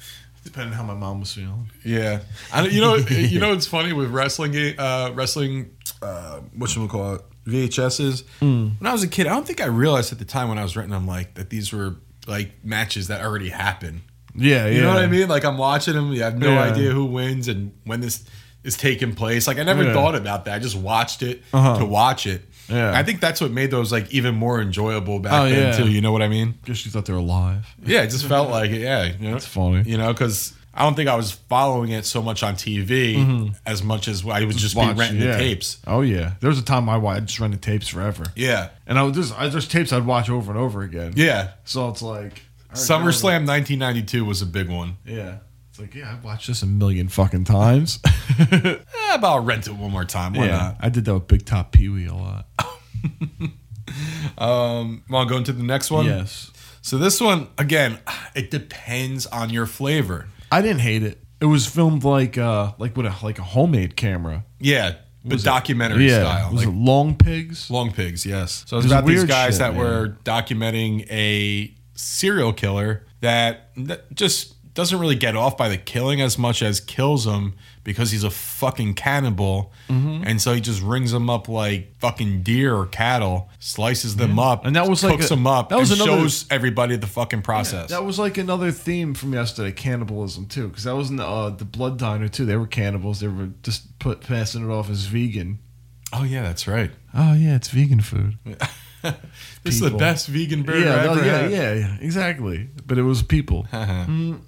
Speaker 9: depending on how my mom was feeling.
Speaker 8: Yeah, I, you know, you know, it's funny with wrestling, ga- uh, wrestling, uh, what should we call it? VHSs.
Speaker 9: Mm.
Speaker 8: When I was a kid, I don't think I realized at the time when I was renting, I'm like that these were like matches that already happened.
Speaker 9: Yeah,
Speaker 8: You know
Speaker 9: yeah.
Speaker 8: what I mean? Like I'm watching them. I have no
Speaker 9: Yeah.
Speaker 8: idea who wins and when this is taking place. Like I never
Speaker 9: Yeah.
Speaker 8: thought about that. I just watched it
Speaker 9: Uh-huh.
Speaker 8: to watch it.
Speaker 9: Yeah.
Speaker 8: I think that's what made those like even more enjoyable back
Speaker 9: Oh,
Speaker 8: then
Speaker 9: yeah.
Speaker 8: too. You know what I mean?
Speaker 9: Guess you thought they were alive.
Speaker 8: Yeah, it just felt like it. Yeah, you know?
Speaker 9: That's funny.
Speaker 8: You know, because I don't think I was following it so much on TV
Speaker 9: Mhm.
Speaker 8: as much as I would just
Speaker 9: Watch,
Speaker 8: be renting
Speaker 9: yeah.
Speaker 8: the tapes.
Speaker 9: Oh yeah, there was a time I wa- I just rented tapes forever.
Speaker 8: Yeah,
Speaker 9: And I was just, I, there's tapes I'd watch over and over again.
Speaker 8: yeah.
Speaker 9: So it's like I remember-
Speaker 8: SummerSlam 1992 was a big one.
Speaker 9: Yeah. It's like, yeah, I've watched this a million fucking times.
Speaker 8: Eh, but I'll rent it one more time. Why
Speaker 9: yeah. I did that with Big Top Pee Wee a lot.
Speaker 8: not? Um, want to go into the next one?
Speaker 9: Yes.
Speaker 8: So this one again, it depends on your flavor.
Speaker 9: I didn't hate it. It was filmed like uh like with a like a homemade camera.
Speaker 8: Yeah, but
Speaker 9: Was it-
Speaker 8: documentary style.
Speaker 9: Was
Speaker 8: like
Speaker 9: it long pigs?
Speaker 8: Long Pigs, yes. So it's
Speaker 9: There's
Speaker 8: about these
Speaker 9: weird
Speaker 8: guys
Speaker 9: shit,
Speaker 8: that
Speaker 9: man.
Speaker 8: were documenting a serial killer that, that just doesn't really get off by the killing as much as kills him because he's a fucking cannibal. And so he just rings them up like fucking deer or cattle, slices them up,
Speaker 9: And that was like
Speaker 8: cooks
Speaker 9: a-
Speaker 8: them up,
Speaker 9: that was
Speaker 8: and
Speaker 9: another-
Speaker 8: shows everybody the fucking process.
Speaker 9: That was like another theme from yesterday, cannibalism too, because that was in the uh, the Blood Diner too. They were cannibals. They were just put passing it off as vegan.
Speaker 8: oh, yeah, that's right.
Speaker 9: Oh yeah, it's vegan food.
Speaker 8: This is the
Speaker 9: People.
Speaker 8: best vegan burger
Speaker 9: yeah,
Speaker 8: I've
Speaker 9: no,
Speaker 8: ever
Speaker 9: yeah,
Speaker 8: had.
Speaker 9: yeah, yeah, exactly. But it was people.
Speaker 8: Uh-huh.
Speaker 9: Mm,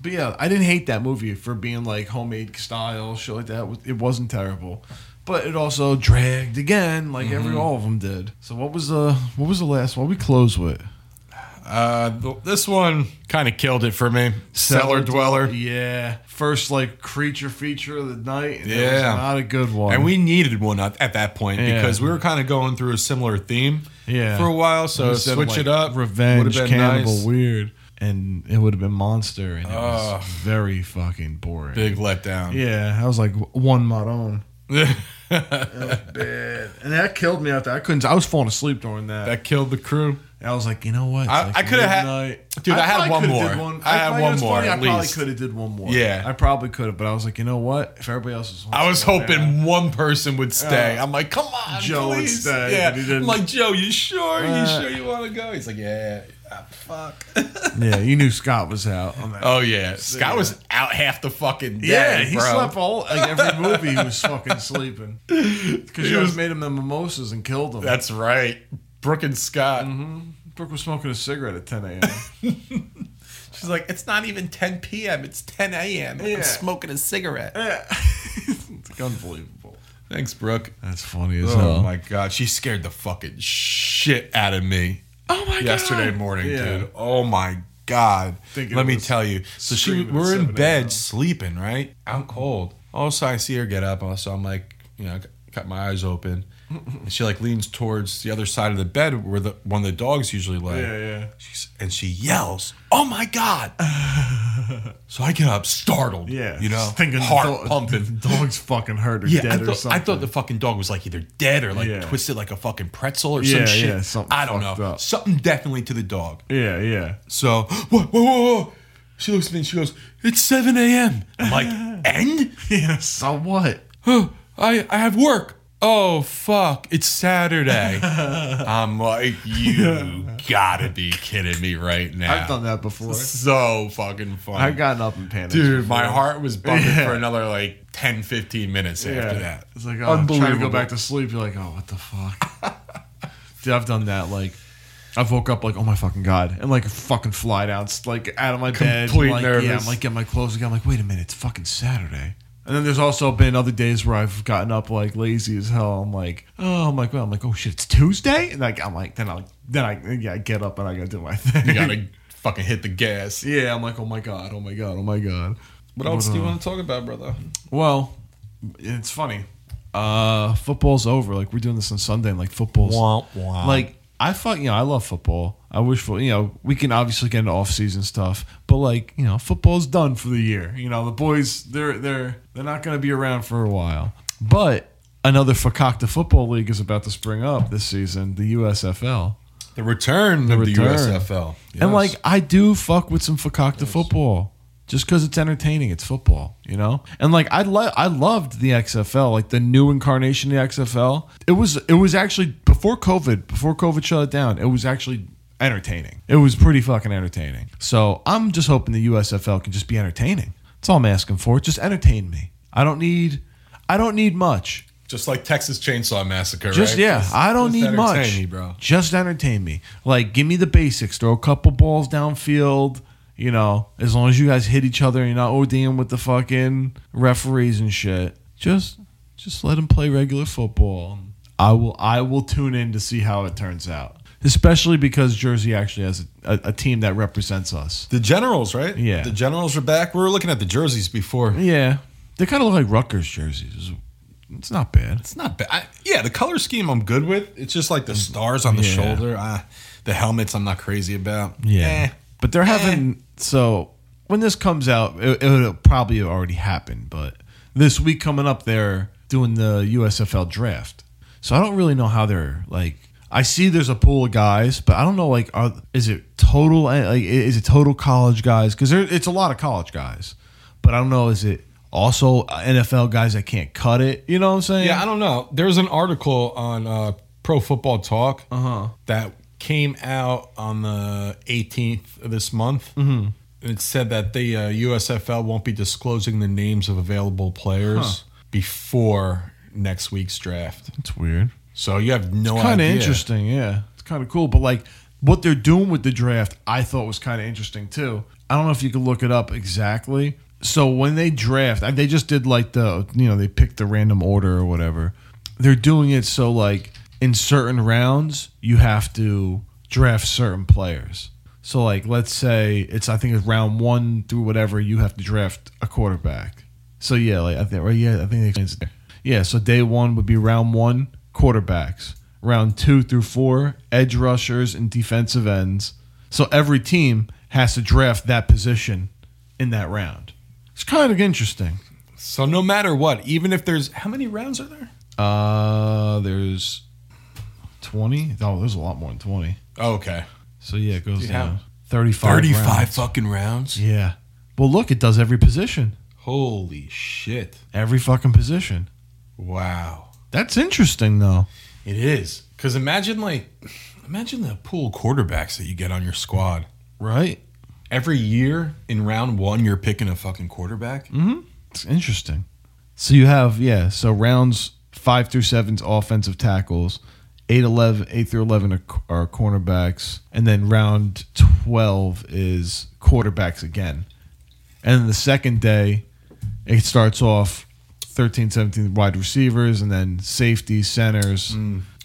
Speaker 9: but yeah, I didn't hate that movie for being like homemade style, shit like that. It wasn't terrible, but it also dragged again, like every all of them did. So what was the what was the last one we closed with?
Speaker 8: Uh, th- this one kind of killed it for me. Cellar Dweller.
Speaker 9: Yeah, first like creature feature of the night. And it was
Speaker 8: Yeah.
Speaker 9: not a good one.
Speaker 8: And we needed one at, at that point
Speaker 9: Yeah.
Speaker 8: because we were kind of going through a similar theme
Speaker 9: yeah
Speaker 8: for a while. So
Speaker 9: Instead of,
Speaker 8: switch
Speaker 9: like,
Speaker 8: it up.
Speaker 9: revenge
Speaker 8: would've been
Speaker 9: cannibal
Speaker 8: nice.
Speaker 9: weird, and it would have been monster, and it
Speaker 8: Ugh.
Speaker 9: was very fucking boring.
Speaker 8: Big letdown.
Speaker 9: Yeah, I was like one Maron.
Speaker 8: Yeah.
Speaker 9: Bad. And that killed me after I couldn't. I was falling asleep during that.
Speaker 8: that killed the crew.
Speaker 9: And I was like, you know what? It's
Speaker 8: I-
Speaker 9: like
Speaker 8: I coulda had-
Speaker 9: midnight.
Speaker 8: Dude, I had
Speaker 9: probably
Speaker 8: one
Speaker 9: coulda
Speaker 8: more.
Speaker 9: did
Speaker 8: I had
Speaker 9: probably-
Speaker 8: one
Speaker 9: it's
Speaker 8: more,
Speaker 9: funny,
Speaker 8: at
Speaker 9: I probably
Speaker 8: least.
Speaker 9: could have did one more.
Speaker 8: Yeah.
Speaker 9: I probably could have, but I was like, you know what? If everybody else was,
Speaker 8: I was hoping one person would stay.
Speaker 9: Uh,
Speaker 8: I'm like, come on,
Speaker 9: Joe would
Speaker 8: please.
Speaker 9: stay,
Speaker 8: Yeah.
Speaker 9: but he didn't.
Speaker 8: I'm like, Joe, you sure?
Speaker 9: Uh,
Speaker 8: you sure you want to go? He's like, yeah. Ah, fuck.
Speaker 9: yeah, you knew Scott was out. on that.
Speaker 8: oh yeah, Scott was out half the fucking day.
Speaker 9: yeah, he
Speaker 8: bro.
Speaker 9: slept all like every movie. He was fucking sleeping because
Speaker 8: He
Speaker 9: you
Speaker 8: was-
Speaker 9: was made him the mimosas and killed him.
Speaker 8: That's right. Brooke and Scott.
Speaker 9: Brooke was smoking a cigarette at 10 a.m.
Speaker 8: She's like, it's not even 10 p.m. It's 10 a.m.
Speaker 9: Yeah.
Speaker 8: I'm smoking a cigarette.
Speaker 9: yeah, it's like unbelievable.
Speaker 8: Thanks, Brooke.
Speaker 9: That's funny as
Speaker 8: Oh my god, she scared the fucking shit out of me
Speaker 9: Oh my
Speaker 8: yesterday morning,
Speaker 9: Yeah.
Speaker 8: dude. Oh my god.
Speaker 9: Thinking
Speaker 8: Let
Speaker 9: it
Speaker 8: me
Speaker 9: was
Speaker 8: tell you. So she,
Speaker 9: screaming
Speaker 8: we're
Speaker 9: at
Speaker 8: in
Speaker 9: 7
Speaker 8: bed
Speaker 9: a.m.
Speaker 8: sleeping, right? I'm cold. Also, I see her get up. So I'm like, you know, I got my eyes open. And she like leans towards the other side of the bed where the one of the dogs usually lay.
Speaker 9: Yeah, yeah.
Speaker 8: She's, and she yells, "Oh my god!" so I get up startled.
Speaker 9: Yeah,
Speaker 8: You know,
Speaker 9: just thinking the
Speaker 8: heart
Speaker 9: dog-
Speaker 8: pumping.
Speaker 9: dog's fucking hurt or dead
Speaker 8: I
Speaker 9: or
Speaker 8: thought, I thought the fucking dog was like either dead or like
Speaker 9: Yeah.
Speaker 8: twisted like a fucking pretzel or
Speaker 9: Yeah,
Speaker 8: some shit.
Speaker 9: yeah, something
Speaker 8: I don't know. Something definitely to the dog.
Speaker 9: Yeah, yeah.
Speaker 8: So, whoa, whoa, whoa, whoa. She looks at me and she goes, It's 7 a.m. I'm like, End?
Speaker 9: Yeah, so what?
Speaker 8: I, I have work. Oh, fuck. It's Saturday. I'm like, You gotta be kidding me right now.
Speaker 9: I've done that before.
Speaker 8: So fucking funny.
Speaker 9: I've gotten up and panicked.
Speaker 8: Dude, my
Speaker 9: before.
Speaker 8: heart was bumping
Speaker 9: Yeah.
Speaker 8: for another like 10, 15 minutes after that.
Speaker 9: It's like, oh, I'm trying to go back to sleep. You're like, oh, what the fuck? Dude, I've done that. Like, I've woke up like, oh my fucking god, and like fucking fly down, s- like out of my bed.
Speaker 8: Complete
Speaker 9: like, Yeah,
Speaker 8: nervous.
Speaker 9: I'm like, get my clothes again. I'm like, wait a minute, it's fucking Saturday. And then there's also been other days where I've gotten up like lazy as hell. I'm like, oh, I'm like, well, I'm like, oh shit, it's Tuesday, and like, I'm like, then I, like, then I, yeah, I get up and I gotta do my thing.
Speaker 8: You gotta fucking hit the gas.
Speaker 9: yeah, I'm like, oh my god, oh my god, oh my god.
Speaker 14: What else do you
Speaker 9: uh,
Speaker 14: want to talk about, brother?
Speaker 9: well, it's funny. Uh, football's over. Like we're doing this on Sunday, and like football's
Speaker 8: Wah, wah.
Speaker 9: like I fuck. You know, I love football. I wish for you know we can obviously get into off season stuff, but like you know football's done for the year. You know the boys they're they're they're not going to be around for a while. But another Fakakta football league is about to spring up this season, the USFL.
Speaker 8: The return of
Speaker 9: return.
Speaker 8: the USFL.
Speaker 9: And
Speaker 8: Yes.
Speaker 9: like I do fuck with some Fakakta football. Just because it's entertaining, it's football, you know. And like I, lo- I loved the XFL, like the new incarnation of the XFL. It was, it was actually before COVID, before COVID shut it down. It was actually entertaining. It was pretty fucking entertaining. So I'm just hoping the USFL can just be entertaining. That's all I'm asking for. Just entertain me. I don't need, I don't need much.
Speaker 8: just like Texas Chainsaw Massacre.
Speaker 9: Just
Speaker 8: right?
Speaker 9: yeah, I don't
Speaker 8: just
Speaker 9: need
Speaker 8: entertain
Speaker 9: much.
Speaker 8: me, bro.
Speaker 9: Just entertain me. Like give me the basics. Throw a couple balls downfield. You know, as long as you guys hit each other and you're not ODing with the fucking referees and shit. Just just let them play regular football. I will I will tune in to see how it turns out. Especially because Jersey actually has a, a, a team that represents us.
Speaker 8: The Generals, right?
Speaker 9: Yeah.
Speaker 8: The Generals are back. We were looking at the jerseys before.
Speaker 9: Yeah, they kind of look like Rutgers jerseys. It's not bad.
Speaker 8: It's not bad. I, yeah, the color scheme I'm good with. It's just like the stars on the
Speaker 9: Yeah.
Speaker 8: shoulder. I, the helmets I'm not crazy about. Eh.
Speaker 9: But they're having so when this comes out, it, it'll probably have already happened. But this week coming up, they're doing the USFL draft. So I don't really know how they're like. I see there's a pool of guys, but I don't know like are is it total eh, like is it total college guys? Because it's a lot of college guys, but I don't know is it also NFL guys that can't cut it? You know what I'm saying?
Speaker 14: Yeah, I don't know. There's an article on uh, Pro Football Talk that came out on the 18th of this month. Mm-hmm. It said that the uh, USFL won't be disclosing the names of available players before next week's draft.
Speaker 9: it's weird.
Speaker 14: So you have no
Speaker 9: kind of
Speaker 14: idea.
Speaker 9: interesting. Yeah, it's kind of cool. But like what they're doing with the draft, I thought was kind of interesting too. I don't know if you could look it up exactly. So when they draft, and they just did like the you know they picked the random order or whatever. They're doing it so like in certain rounds you have to draft certain players. So like let's say it's I think it's round one through whatever you have to draft a quarterback. So yeah, like I think right yeah I think they explains it there. Yeah, so day one would be round one quarterbacks, round two through four edge rushers and defensive ends. So every team has to draft that position in that round. It's kind of interesting.
Speaker 14: So no matter what, even if there's how many rounds are there?
Speaker 9: Uh, there's twenty. Oh, there's a lot more than twenty.
Speaker 8: Oh, okay.
Speaker 9: So yeah, it goes
Speaker 14: Yeah.
Speaker 9: down thirty-five.
Speaker 8: 35
Speaker 9: rounds.
Speaker 8: fucking rounds.
Speaker 9: Yeah. Well, look, it does every position.
Speaker 14: Holy shit.
Speaker 9: Every fucking position.
Speaker 14: Wow.
Speaker 9: That's interesting though.
Speaker 14: It is.
Speaker 8: Because imagine like, imagine the pool of quarterbacks that you get on your squad.
Speaker 9: Right?
Speaker 8: Every year in round one, you're picking a fucking quarterback.
Speaker 9: It's interesting. So you have yeah. So rounds five through seven's offensive tackles, eight eleven eight through eleven are, are cornerbacks, and then round twelve is quarterbacks again. And then the second day, it starts off 13, 17 wide receivers, and then safety, centers,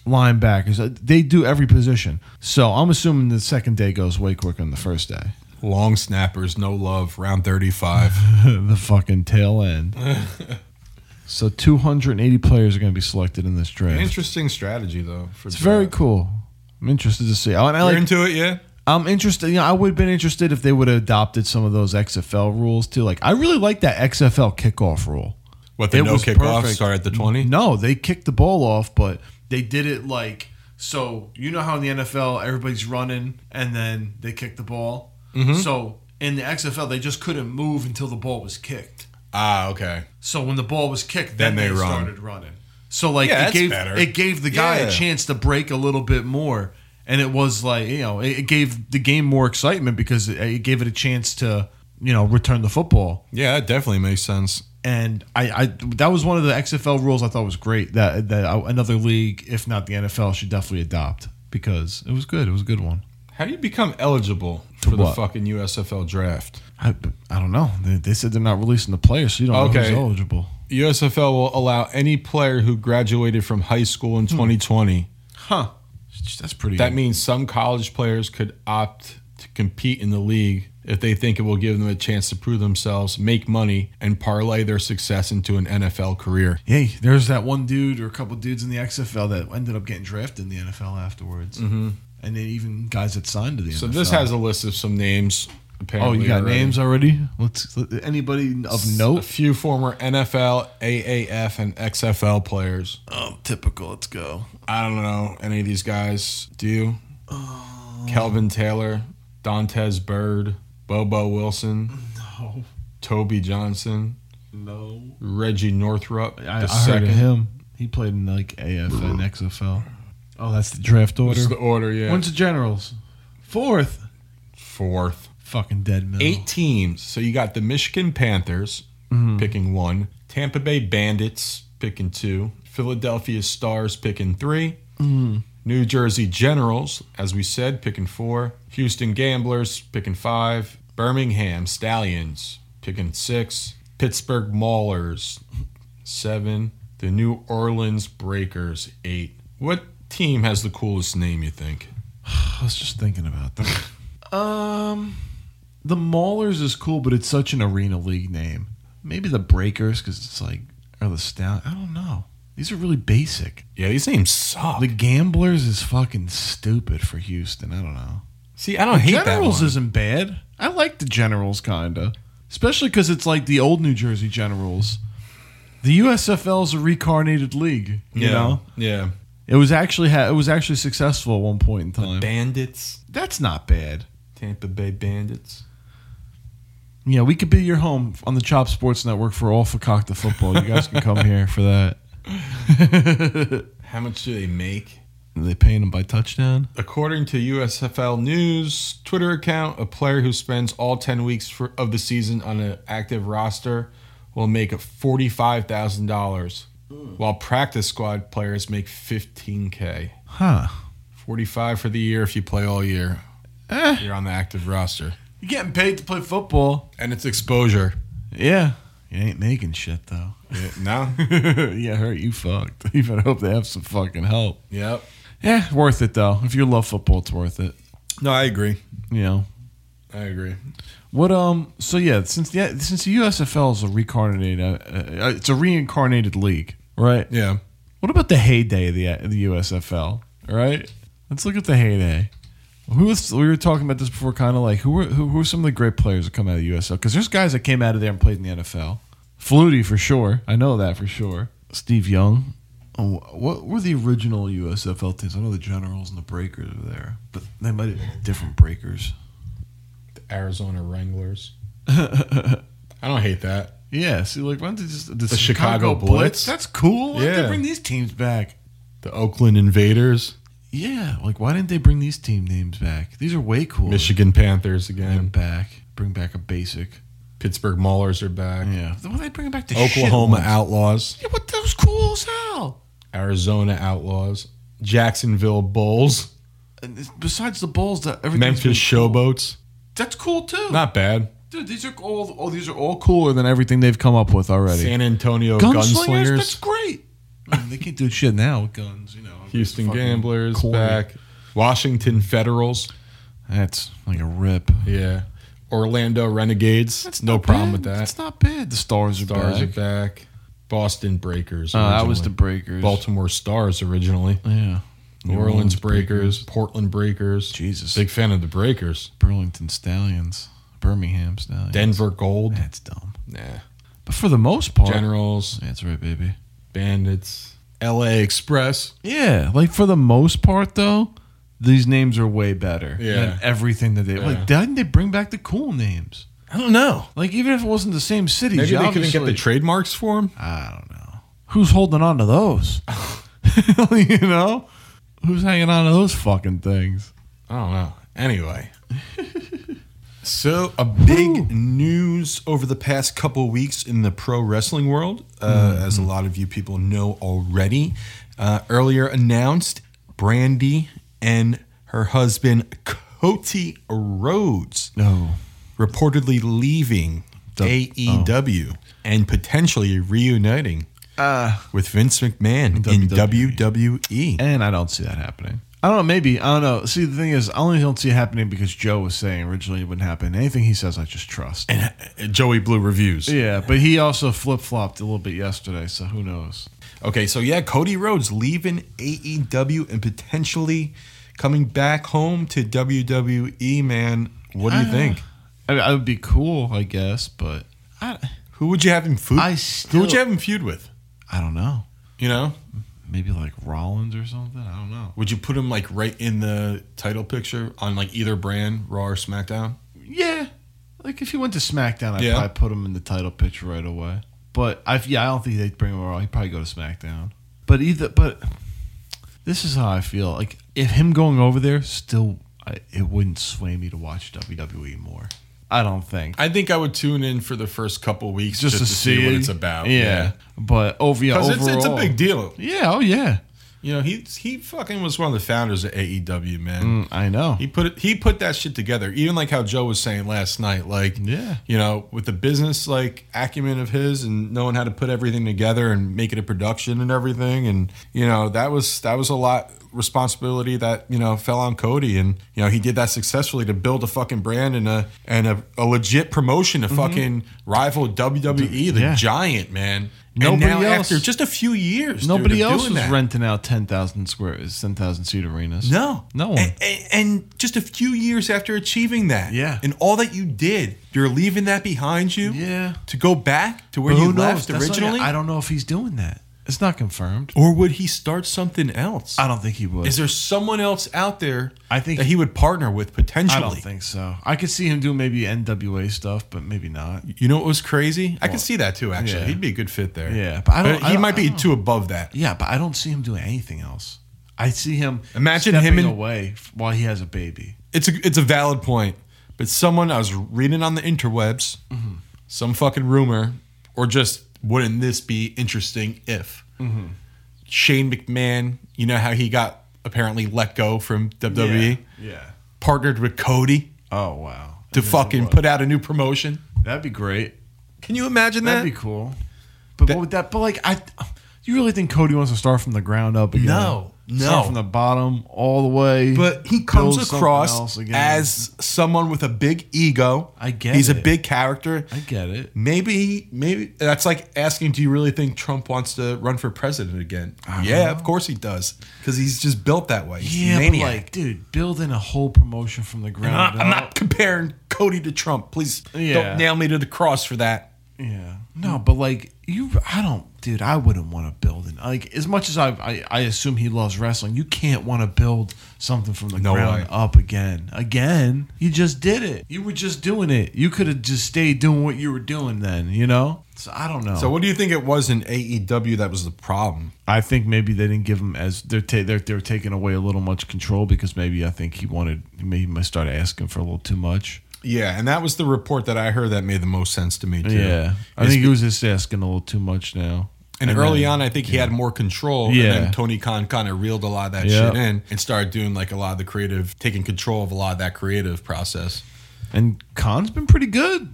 Speaker 9: linebackers. Uh, They do every position. So I'm assuming the second day goes way quicker than the first day.
Speaker 8: Long snappers, no love, round 35.
Speaker 9: the fucking tail end. so 280 players are going to be selected in this draft.
Speaker 14: Interesting strategy though. For
Speaker 9: It's very cool. I'm interested to see. Oh, and I
Speaker 14: You're
Speaker 9: like
Speaker 14: into it, yeah?
Speaker 9: I'm interested. You know, I would have been interested if they would have adopted some of those XFL rules too. Like, I really like that XFL kickoff rule.
Speaker 8: What, the
Speaker 9: It
Speaker 8: no
Speaker 9: was
Speaker 8: kickoff
Speaker 9: perfect.
Speaker 8: start at the 20?
Speaker 9: No, they kicked the ball off, but they did it like so. You know how in the NFL everybody's running and then they kick the ball.
Speaker 8: Mhm.
Speaker 9: So in the XFL, they just couldn't move until the ball was kicked.
Speaker 8: Ah, okay.
Speaker 9: So when the ball was kicked,
Speaker 8: Then
Speaker 9: then, they,
Speaker 8: they run.
Speaker 9: started running. So like
Speaker 8: Yeah,
Speaker 9: it
Speaker 8: that's
Speaker 9: gave
Speaker 8: better.
Speaker 9: it gave the guy
Speaker 8: Yeah.
Speaker 9: a chance to break a little bit more, and it was like you know it, it gave the game more excitement because it, it gave it a chance to you know return the football.
Speaker 8: Yeah, that definitely makes sense.
Speaker 9: And I, I that was one of the XFL rules I thought was great that that I- another league, if not the NFL, should definitely adopt because it was good. It was a good one.
Speaker 8: How do you become eligible
Speaker 9: To
Speaker 8: for
Speaker 9: what?
Speaker 8: the fucking USFL draft?
Speaker 9: I, I don't know. They, they said they're not releasing the players, so you don't know
Speaker 8: Okay.
Speaker 9: who's eligible.
Speaker 8: USFL will allow any player who graduated from high school
Speaker 9: Hmm.
Speaker 8: in 2020.
Speaker 9: Huh? That's pretty.
Speaker 8: That means some college players could opt to compete in the league if they think it will give them a chance to prove themselves, make money, and parlay their success into an NFL career.
Speaker 9: Hey, there's that one dude or a couple dudes in the XFL that ended up getting drafted in the NFL afterwards,
Speaker 8: Mhm.
Speaker 9: and then even guys that signed to the
Speaker 8: So
Speaker 9: NFL.
Speaker 8: this has a list of some names.
Speaker 9: oh,
Speaker 8: Apparently,
Speaker 9: you got
Speaker 8: already.
Speaker 9: names Oh. already? Let's let- anybody of
Speaker 8: A
Speaker 9: note.
Speaker 8: few former NFL, AAF, and XFL players.
Speaker 9: Oh, typical. Let's go.
Speaker 8: I don't know any of these guys. Do you?
Speaker 9: Oh.
Speaker 8: Kelvin Taylor, Dantes Bird, Bobo Wilson,
Speaker 9: No,
Speaker 8: Toby Johnson,
Speaker 9: no.
Speaker 8: Reggie Northrup.
Speaker 9: I, I
Speaker 8: the
Speaker 9: heard
Speaker 8: second.
Speaker 9: of him. He played in like AF and XFL. Oh, that's the draft order.
Speaker 8: This is the order, yeah.
Speaker 9: When's the Generals? Fourth.
Speaker 8: Fourth.
Speaker 9: Fucking dead middle.
Speaker 8: Eight teams. So you got the Michigan Panthers picking one, Tampa Bay Bandits picking two, Philadelphia Stars picking three,
Speaker 9: Mm.
Speaker 8: New Jersey Generals, as we said, picking four. Houston Gamblers, picking five. Birmingham Stallions, picking six. Pittsburgh Maulers, seven. The New Orleans Breakers, eight. What team has the coolest name, you think?
Speaker 9: I was just thinking about that. um, the Maulers is cool, but it's such an arena league name. Maybe the Breakers because it's like or the Stout. I don't know. These are really basic.
Speaker 8: Yeah, these names suck.
Speaker 9: The Gamblers is fucking stupid for Houston. I don't know.
Speaker 8: See, I don't
Speaker 9: the
Speaker 8: hate that
Speaker 9: Generals
Speaker 8: one.
Speaker 9: isn't bad. I like the Generals kinda, especially because it's like the old New Jersey Generals. The USFL is a reincarnated league. You
Speaker 8: yeah.
Speaker 9: know,
Speaker 8: Yeah.
Speaker 9: it was actually ha- it was actually successful at one point in time.
Speaker 8: Bandits,
Speaker 9: That's not bad.
Speaker 8: Tampa Bay Bandits.
Speaker 9: Yeah, we could be your home on the Chop Sports Network for all Fakakta football. You guys can come here for that.
Speaker 8: How much do they make?
Speaker 9: Are they paying them by touchdown?
Speaker 8: According to USFL News Twitter account, a player who spends all 10 weeks for, of the season on an active roster will make $45,000,
Speaker 9: Hmm.
Speaker 8: while practice squad players make 15K.
Speaker 9: Huh.
Speaker 8: 45 for the year if you play all year.
Speaker 9: Eh.
Speaker 8: You're on the active roster.
Speaker 9: You're getting paid to play football.
Speaker 8: And it's exposure.
Speaker 9: Yeah. You ain't making shit, though.
Speaker 8: Yeah, no?
Speaker 9: yeah, hurt. You fucked. You better hope they have some fucking help.
Speaker 8: yep.
Speaker 9: Yeah, worth it, though. If you love football, it's worth it.
Speaker 8: No, I agree.
Speaker 9: You know?
Speaker 8: I agree.
Speaker 9: What um? So yeah, since the since the USFL is a reincarnated, uh, uh, it's a reincarnated league, right?
Speaker 8: Yeah.
Speaker 9: What about the heyday of the of the USFL? All right, let's look at the heyday. Who was we were talking about this before? Kind of like who were who, who were some of the great players that come out of the USFL? Because there's guys that came out of there and played in the NFL. Flutie for sure, I know that for sure. Steve Young. Oh, what were the original USFL teams? I know the Generals and the Breakers were there, but they might have been different Breakers.
Speaker 8: The Arizona Wranglers. I don't hate that.
Speaker 9: Yeah, see, like when did just the,
Speaker 8: Chicago
Speaker 9: Chicago,
Speaker 8: Blitz?
Speaker 9: Blitz? That's cool. Why did
Speaker 8: Yeah.
Speaker 9: they bring these teams back?
Speaker 8: The Oakland Invaders.
Speaker 9: Yeah, like why didn't they bring these team names back? These are way cool.
Speaker 8: Michigan Panthers again.
Speaker 9: back. Bring back a basic.
Speaker 8: Pittsburgh Maulers are back.
Speaker 9: Yeah, why they bring back the
Speaker 8: Oklahoma
Speaker 9: Shit ones?
Speaker 8: Outlaws.
Speaker 9: yeah, what those cool as hell.
Speaker 8: Arizona Outlaws. Jacksonville Bulls.
Speaker 9: And it's- besides the Bulls, that everything.
Speaker 8: Memphis Showboats.
Speaker 9: That's cool too.
Speaker 8: Not bad.
Speaker 9: Dude, these are all. Oh, these are all cooler than everything they've come up with already.
Speaker 8: San Antonio
Speaker 9: Gunslingers,
Speaker 8: Gunslingers.
Speaker 9: that's great. I mean, they can't do shit now with guns, you know.
Speaker 8: Houston
Speaker 9: Fucking
Speaker 8: Gamblers
Speaker 9: corny.
Speaker 8: back. Washington Federals.
Speaker 9: That's like a rip.
Speaker 8: Yeah. Orlando Renegades.
Speaker 9: That's
Speaker 8: no
Speaker 9: not
Speaker 8: problem
Speaker 9: bad.
Speaker 8: with that.
Speaker 9: That's not bad. The stars are
Speaker 8: Stars
Speaker 9: back.
Speaker 8: are back. Boston Breakers.
Speaker 9: Uh, that was the
Speaker 8: originally.
Speaker 9: Breakers.
Speaker 8: Baltimore Stars originally.
Speaker 9: Yeah.
Speaker 8: New Orleans, Breakers, Portland Breakers.
Speaker 9: Jesus.
Speaker 8: Big fan of the Breakers.
Speaker 9: Burlington Stallions, Birmingham Stallions,
Speaker 8: Denver Gold.
Speaker 9: That's dumb.
Speaker 8: Nah.
Speaker 9: But for the most part,
Speaker 8: Generals,
Speaker 9: that's right, baby.
Speaker 8: Bandits, LA Express.
Speaker 9: Yeah, like for the most part though, these names are way better
Speaker 8: Yeah.
Speaker 9: than everything that they like. Didn't they bring back the cool names?
Speaker 8: I don't know.
Speaker 9: Like even if it wasn't the same city,
Speaker 8: Maybe they couldn't get the trademarks for them.
Speaker 9: I don't know. Who's holding on to those? you know, who's hanging on to those fucking things?
Speaker 8: I don't know. Anyway. so, a big news over the past couple weeks in the pro wrestling world, uh, as a lot of you people know already, uh, earlier announced Brandy and her husband, Cody Rhodes,
Speaker 9: No.
Speaker 8: reportedly leaving AEW and potentially reuniting
Speaker 9: Uh,
Speaker 8: with Vince McMahon in E.
Speaker 9: WWE.
Speaker 8: WWE.
Speaker 9: And I don't see that happening. I don't know. Maybe I don't know. See, the thing is, I only don't see it happening because Joe was saying originally it wouldn't happen. Anything he says, I just trust.
Speaker 8: uh, Joey Blue reviews.
Speaker 9: yeah, but he also flip flopped a little bit yesterday, so who knows?
Speaker 8: Okay, so yeah, Cody Rhodes leaving AEW and potentially coming back home to WWE, man. What do you
Speaker 9: Ah.
Speaker 8: think?
Speaker 9: I mean, it would be cool, I guess, but I,
Speaker 8: Who would you have him feud?
Speaker 9: I
Speaker 8: Who would
Speaker 9: still-
Speaker 8: you have him feud with?
Speaker 9: I don't know.
Speaker 8: You know,
Speaker 9: Maybe like Rollins or something. I don't know.
Speaker 8: would you put him like right in the title picture on like either brand, Raw or SmackDown?
Speaker 9: Yeah, like if he went to SmackDown, I'd
Speaker 8: Yeah.
Speaker 9: probably put him in the title picture right away. But I yeah, I don't think they'd bring him around. He'd probably go to SmackDown. But either but this is how I feel. Like if him going over there still, I, it wouldn't sway me to watch WWE more. I don't think.
Speaker 8: I think I would tune in for the first couple weeks just, to, see, what it's about.
Speaker 9: Yeah, but over yeah,
Speaker 8: because it's,
Speaker 9: overall,
Speaker 8: it's a big deal.
Speaker 9: Yeah, oh yeah,
Speaker 8: You know, he he fucking was one of the founders of AEW, man.
Speaker 9: Mm, I know.
Speaker 8: He put it, he put that shit together. Even like how Joe was saying last night, like
Speaker 9: Yeah.
Speaker 8: you know, with the business like acumen of his and knowing how to put everything together and make it a production and everything, and you know that was that was a lot responsibility that you know fell on Cody, and you know he did that successfully to build a fucking brand and a and a, a legit promotion to fucking rival WWE, the
Speaker 9: Mm-hmm. Yeah.
Speaker 8: giant man.
Speaker 9: Nobody
Speaker 8: and now
Speaker 9: else-
Speaker 8: after just a few years, dude,
Speaker 9: Nobody
Speaker 8: of
Speaker 9: else
Speaker 8: doing
Speaker 9: was
Speaker 8: that.
Speaker 9: renting out ten thousand square, ten thousand seat arenas.
Speaker 8: No,
Speaker 9: no one.
Speaker 8: And, and, and just a few years after achieving that,
Speaker 9: Yeah.
Speaker 8: and all that you did, you're leaving that behind you,
Speaker 9: Yeah.
Speaker 8: to go back to where
Speaker 9: But
Speaker 8: you
Speaker 9: who knows?
Speaker 8: left
Speaker 9: That's what I-
Speaker 8: originally,
Speaker 9: I don't know if he's doing that. It's not confirmed.
Speaker 8: or would he start something else?
Speaker 9: I don't think he would.
Speaker 8: Is there someone else out there?
Speaker 9: I think-
Speaker 8: that he would partner with potentially.
Speaker 9: I don't think so. I could see him doing maybe NWA stuff, but maybe not.
Speaker 8: You know what was crazy? I could see that too. Actually,
Speaker 9: yeah.
Speaker 8: he'd be a good fit there.
Speaker 9: Yeah, but I don't- I
Speaker 8: he
Speaker 9: don't-
Speaker 8: might
Speaker 9: I
Speaker 8: be
Speaker 9: don't-
Speaker 8: too above that.
Speaker 9: Yeah, but I don't see him doing anything else. I see him.
Speaker 8: Imagine
Speaker 9: stepping
Speaker 8: him and-
Speaker 9: away f- while he has a baby.
Speaker 8: It's a it's a valid point, but someone I was reading on the interwebs,
Speaker 9: Mm-hmm.
Speaker 8: some fucking rumor, or just wouldn't this be interesting if
Speaker 9: Mm-hmm.
Speaker 8: Shane McMahon, you know how he got apparently let go from WWE,
Speaker 9: Yeah. yeah.
Speaker 8: partnered with Cody
Speaker 9: Oh wow.
Speaker 8: to
Speaker 9: And then
Speaker 8: fucking
Speaker 9: what?
Speaker 8: put out a new promotion.
Speaker 9: That'd be great.
Speaker 8: Can you imagine that?
Speaker 9: That'd be cool. But
Speaker 8: That-
Speaker 9: what would that? But like I. You really think Cody wants to start from the ground up again?
Speaker 8: No, no.
Speaker 9: Start from the bottom all the way.
Speaker 8: but he comes
Speaker 9: build something
Speaker 8: across
Speaker 9: else again.
Speaker 8: as someone with a big ego.
Speaker 9: I get
Speaker 8: he's a
Speaker 9: it.
Speaker 8: big character.
Speaker 9: I get it.
Speaker 8: Maybe, maybe that's like asking, do you really think Trump wants to run for president again? Yeah, of course he does, because he's just built that way. He's
Speaker 9: Yeah,
Speaker 8: a
Speaker 9: but
Speaker 8: maniac.
Speaker 9: like, dude, building a whole promotion from the
Speaker 8: I'm
Speaker 9: ground
Speaker 8: not, uh, I'm
Speaker 9: up.
Speaker 8: not comparing Cody to Trump. Please
Speaker 9: Yeah.
Speaker 8: don't nail me to the cross for that.
Speaker 9: Yeah. No, but like you, I don't, dude. I wouldn't want to build it. Like as much as I, I, I assume he loves wrestling. You can't want to build something from the
Speaker 8: No
Speaker 9: ground
Speaker 8: way.
Speaker 9: up again. Again, you just did it. You were just doing it. You could have just stayed doing what you were doing then. You know. So I don't know.
Speaker 8: So, what do you think it was in AEW that was the problem?
Speaker 9: I think maybe they didn't give him as they're ta- they're they're taking away a little much control because maybe I think he wanted maybe he might start asking for a little too much.
Speaker 8: Yeah, and that was the report that I heard that made the most sense to me too.
Speaker 9: Yeah, I
Speaker 8: Is
Speaker 9: think he was just asking a little too much now.
Speaker 8: And, early
Speaker 9: then-
Speaker 8: on, I think he had more control.
Speaker 9: Yeah.
Speaker 8: And then Tony Khan kind of reeled a lot of that
Speaker 9: Yep.
Speaker 8: shit in and started doing like a lot of the creative, taking control of a lot of that creative process.
Speaker 9: and Khan's been pretty good.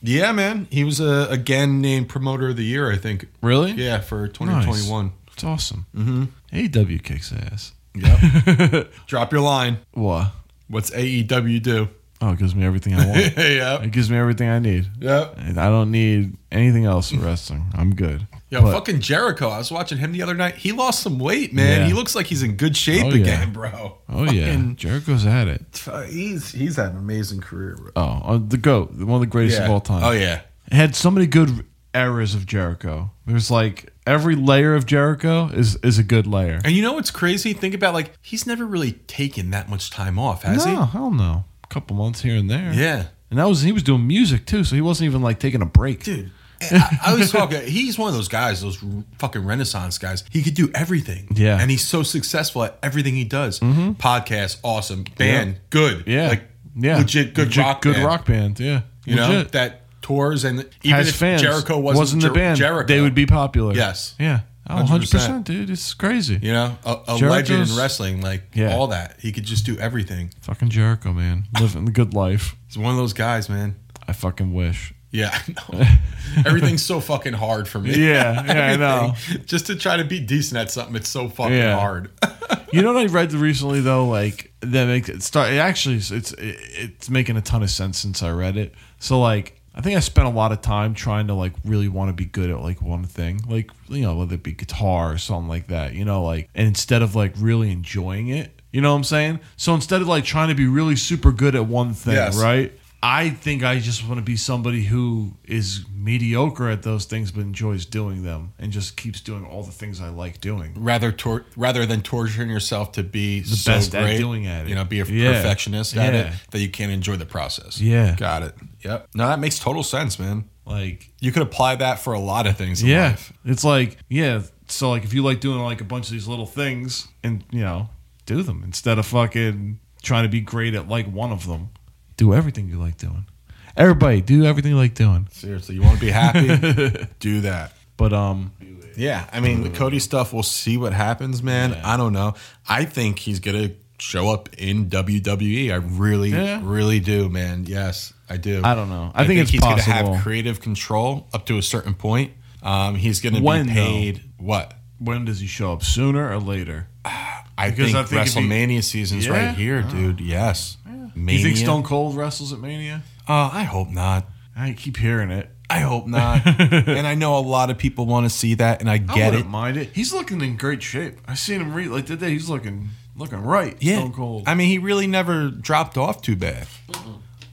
Speaker 8: Yeah, man. He was uh, again named Promoter of the Year, I think.
Speaker 9: Really?
Speaker 8: Yeah, for
Speaker 9: Nice.
Speaker 8: 2021.
Speaker 9: It's awesome. Mm-hmm. AEW kicks ass.
Speaker 8: Yep. Drop your line.
Speaker 9: What?
Speaker 8: What's AEW do?
Speaker 9: Oh, it gives me everything I want.
Speaker 8: yep.
Speaker 9: it gives me everything I need.
Speaker 8: Yep.
Speaker 9: And I don't need anything else in wrestling. I'm good.
Speaker 8: Yo,
Speaker 9: But-
Speaker 8: fucking Jericho. I was watching him the other night. He lost some weight, man.
Speaker 9: Yeah.
Speaker 8: He looks like he's in good shape
Speaker 9: Oh, yeah.
Speaker 8: again, bro.
Speaker 9: Oh yeah,
Speaker 8: Fucking-
Speaker 9: Jericho's at it.
Speaker 8: Uh, he's he's had an amazing career, bro.
Speaker 9: Oh, uh, the goat, one of the greatest of
Speaker 8: Yeah.
Speaker 9: all time.
Speaker 8: Oh, yeah.
Speaker 9: had so many good eras of Jericho. There's like every layer of Jericho is is a good layer.
Speaker 8: And you know what's crazy? Think about like he's never really taken that much time off, has
Speaker 9: no,
Speaker 8: he?
Speaker 9: hell no. A couple months here and there.
Speaker 8: Yeah.
Speaker 9: and that was he was doing music too, so he wasn't even like taking a break.
Speaker 8: Dude, I, I was talking. He's one of those guys, those fucking Renaissance guys. He could do everything.
Speaker 9: Yeah. Mm-hmm.
Speaker 8: and he's so successful at everything he does. Podcast, awesome band,
Speaker 9: Yeah.
Speaker 8: good.
Speaker 9: Yeah.
Speaker 8: like
Speaker 9: Yeah.
Speaker 8: legit good rock,
Speaker 9: good
Speaker 8: band.
Speaker 9: rock band. Yeah,
Speaker 8: You know
Speaker 9: Legit.
Speaker 8: that tours and even
Speaker 9: Has
Speaker 8: if Jericho wasn't,
Speaker 9: the
Speaker 8: Jer-
Speaker 9: band,
Speaker 8: Jericho,
Speaker 9: they would be popular.
Speaker 8: Yes.
Speaker 9: yeah, oh, 100 percent, dude. It's crazy.
Speaker 8: You know, a, a
Speaker 9: Jericho's-
Speaker 8: legend in wrestling, like
Speaker 9: Yeah.
Speaker 8: all that. He could just do everything.
Speaker 9: Fucking Jericho, man, living the good life.
Speaker 8: He's one of those guys, man.
Speaker 9: I fucking wish.
Speaker 8: Yeah, I know. Everything's so fucking hard for me.
Speaker 9: Yeah, yeah, I know.
Speaker 8: Everything. Just to try to be decent at something, it's so fucking
Speaker 9: Yeah.
Speaker 8: hard.
Speaker 9: you know what I read recently though, like that makes it start. It actually, is- it's it, it's making a ton of sense since I read it. So like, I think I spent a lot of time trying to like really want to be good at like one thing, like you know whether it be guitar or something like that. You know, like and instead of like really enjoying it, you know what I'm saying. So instead of like trying to be really super good at one thing,
Speaker 8: Yes.
Speaker 9: right? I think I just want to be somebody who is mediocre at those things but enjoys doing them and just keeps doing all the things I like doing.
Speaker 8: rather tor- rather than torturing yourself to be the
Speaker 9: best at doing at it.
Speaker 8: You know, be a
Speaker 9: Yeah.
Speaker 8: perfectionist at
Speaker 9: Yeah.
Speaker 8: it that you can't enjoy the process.
Speaker 9: Yeah.
Speaker 8: got it. Yep. No, that makes total sense, man.
Speaker 9: Like
Speaker 8: You could apply that for a lot of things. In
Speaker 9: yeah
Speaker 8: life.
Speaker 9: it's like yeah so like if you like doing like a bunch of these little things and you know do them instead of fucking trying to be great at like one of them do everything you like doing everybody do everything you like doing
Speaker 8: Seriously, you want to be happy? do that.
Speaker 9: but um
Speaker 8: Yeah, I mean the Cody stuff. We'll see what happens, man. I don't know. I think he's gonna show up in WWE. I really,
Speaker 9: Yeah.
Speaker 8: really do, man. Yes, I do.
Speaker 9: I don't know. I think it's
Speaker 8: he's gonna
Speaker 9: possible.
Speaker 8: have creative control up to a certain point. Um, he's gonna
Speaker 9: When,
Speaker 8: be
Speaker 9: though?
Speaker 8: paid what?
Speaker 9: when does he show up sooner or later
Speaker 8: I
Speaker 9: Because
Speaker 8: think,
Speaker 9: I think if he-
Speaker 8: WrestleMania season's
Speaker 9: Yeah?
Speaker 8: right here, dude. Yes,
Speaker 9: you
Speaker 8: Mania.
Speaker 9: think stone cold wrestles at mania
Speaker 8: Uh, I hope not.
Speaker 9: i keep hearing it
Speaker 8: I hope not. and I know a lot of people want to see that, and I
Speaker 9: i
Speaker 8: get
Speaker 9: wouldn't
Speaker 8: it.
Speaker 9: mind it he's looking in great shape i seen him read like today he's looking looking right
Speaker 8: Yeah,
Speaker 9: stone cold
Speaker 8: I mean, he really never dropped off too bad.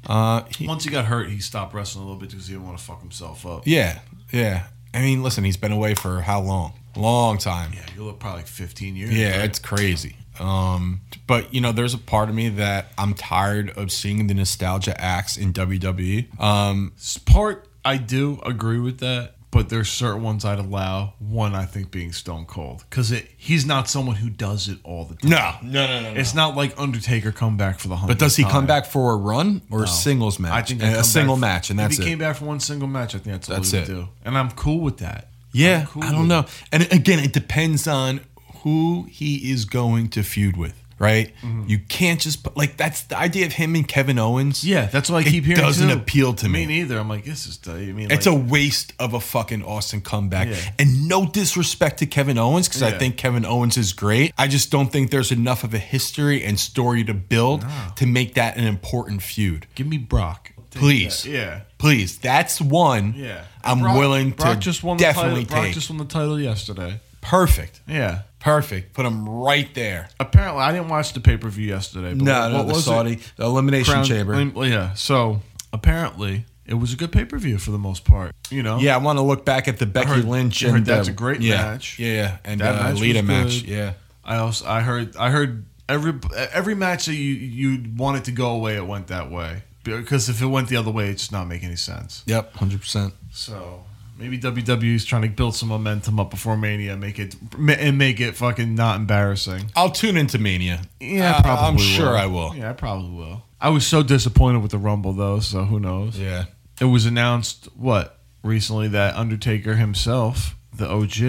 Speaker 8: Uh, he-
Speaker 9: once he got hurt he stopped wrestling a little bit because he didn't want to fuck himself up
Speaker 8: Yeah, yeah. I mean, listen, he's been away for how long? Long time.
Speaker 9: yeah you look probably like 15 years
Speaker 8: Yeah, it's crazy. Um, but you know, there's a part of me that I'm tired of seeing the nostalgia acts in WWE. Um,
Speaker 9: S- part I do agree with that, but there's certain ones I'd allow. One I think being Stone Cold because he's not someone who does it all the time.
Speaker 8: no, no, no, no.
Speaker 9: It's not like Undertaker come back for the hundred.
Speaker 8: But does he come back for a run or a singles match?
Speaker 9: I think they
Speaker 8: a
Speaker 9: come
Speaker 8: single
Speaker 9: back-
Speaker 8: match, and
Speaker 9: if
Speaker 8: that's
Speaker 9: he
Speaker 8: it.
Speaker 9: came back for one single match. I think that's all
Speaker 8: That's
Speaker 9: he would
Speaker 8: it.
Speaker 9: do, and I'm cool with that.
Speaker 8: yeah,
Speaker 9: cool
Speaker 8: I
Speaker 9: with
Speaker 8: don't know. And again, it depends on who he is going to feud with. Right,
Speaker 9: Mm-hmm.
Speaker 8: you can't just put, like that's the idea of him and Kevin Owens.
Speaker 9: Yeah, that's what I
Speaker 8: It
Speaker 9: keep hearing.
Speaker 8: doesn't
Speaker 9: too.
Speaker 8: appeal to
Speaker 9: me
Speaker 8: me.
Speaker 9: neither. I'm like, this is. I mean,
Speaker 8: It's a
Speaker 9: like,
Speaker 8: waste of a fucking Austin comeback.
Speaker 9: Yeah.
Speaker 8: And no disrespect to Kevin Owens, because I
Speaker 9: Yeah.
Speaker 8: think Kevin Owens is great. I just don't think there's enough of a history and story to build to make that an important feud.
Speaker 9: give me Brock,
Speaker 8: Please.
Speaker 9: Yeah.
Speaker 8: Please. That's one
Speaker 9: Yeah,
Speaker 8: I'm
Speaker 9: Brock-
Speaker 8: willing to
Speaker 9: Brock just won the
Speaker 8: definitely
Speaker 9: title. Brock
Speaker 8: take.
Speaker 9: just won the title yesterday.
Speaker 8: Perfect.
Speaker 9: Yeah,
Speaker 8: Perfect. Put him right there.
Speaker 9: apparently I didn't watch the pay per view yesterday. But
Speaker 8: No,
Speaker 9: what,
Speaker 8: no,
Speaker 9: what
Speaker 8: the
Speaker 9: was
Speaker 8: Saudi,
Speaker 9: it?
Speaker 8: the Elimination
Speaker 9: Crown-
Speaker 8: Chamber.
Speaker 9: um, Yeah. So apparently it was a good pay per view for the most part. You know.
Speaker 8: yeah, I want to look back at the Becky
Speaker 9: heard-
Speaker 8: Lynch
Speaker 9: oh. I
Speaker 8: and
Speaker 9: heard that's
Speaker 8: the-
Speaker 9: a great
Speaker 8: yeah,
Speaker 9: match.
Speaker 8: Yeah, yeah, and
Speaker 9: That
Speaker 8: uh,
Speaker 9: match was
Speaker 8: Lita match.
Speaker 9: good.
Speaker 8: Yeah,
Speaker 9: I also I heard I heard every every match that you you wanted to go away it went that way because if it went the other way it just not make any sense.
Speaker 8: yep, hundred percent.
Speaker 9: So. Maybe WWE's trying to build some momentum up before Mania, make it ma- and make it fucking not embarrassing.
Speaker 8: I'll tune into Mania.
Speaker 9: Yeah,
Speaker 8: Uh,
Speaker 9: probably.
Speaker 8: I'm sure
Speaker 9: will.
Speaker 8: I will.
Speaker 9: Yeah, I probably will. I was so disappointed with the Rumble though, so who knows?
Speaker 8: Yeah.
Speaker 9: it was announced what recently that Undertaker himself, the OG,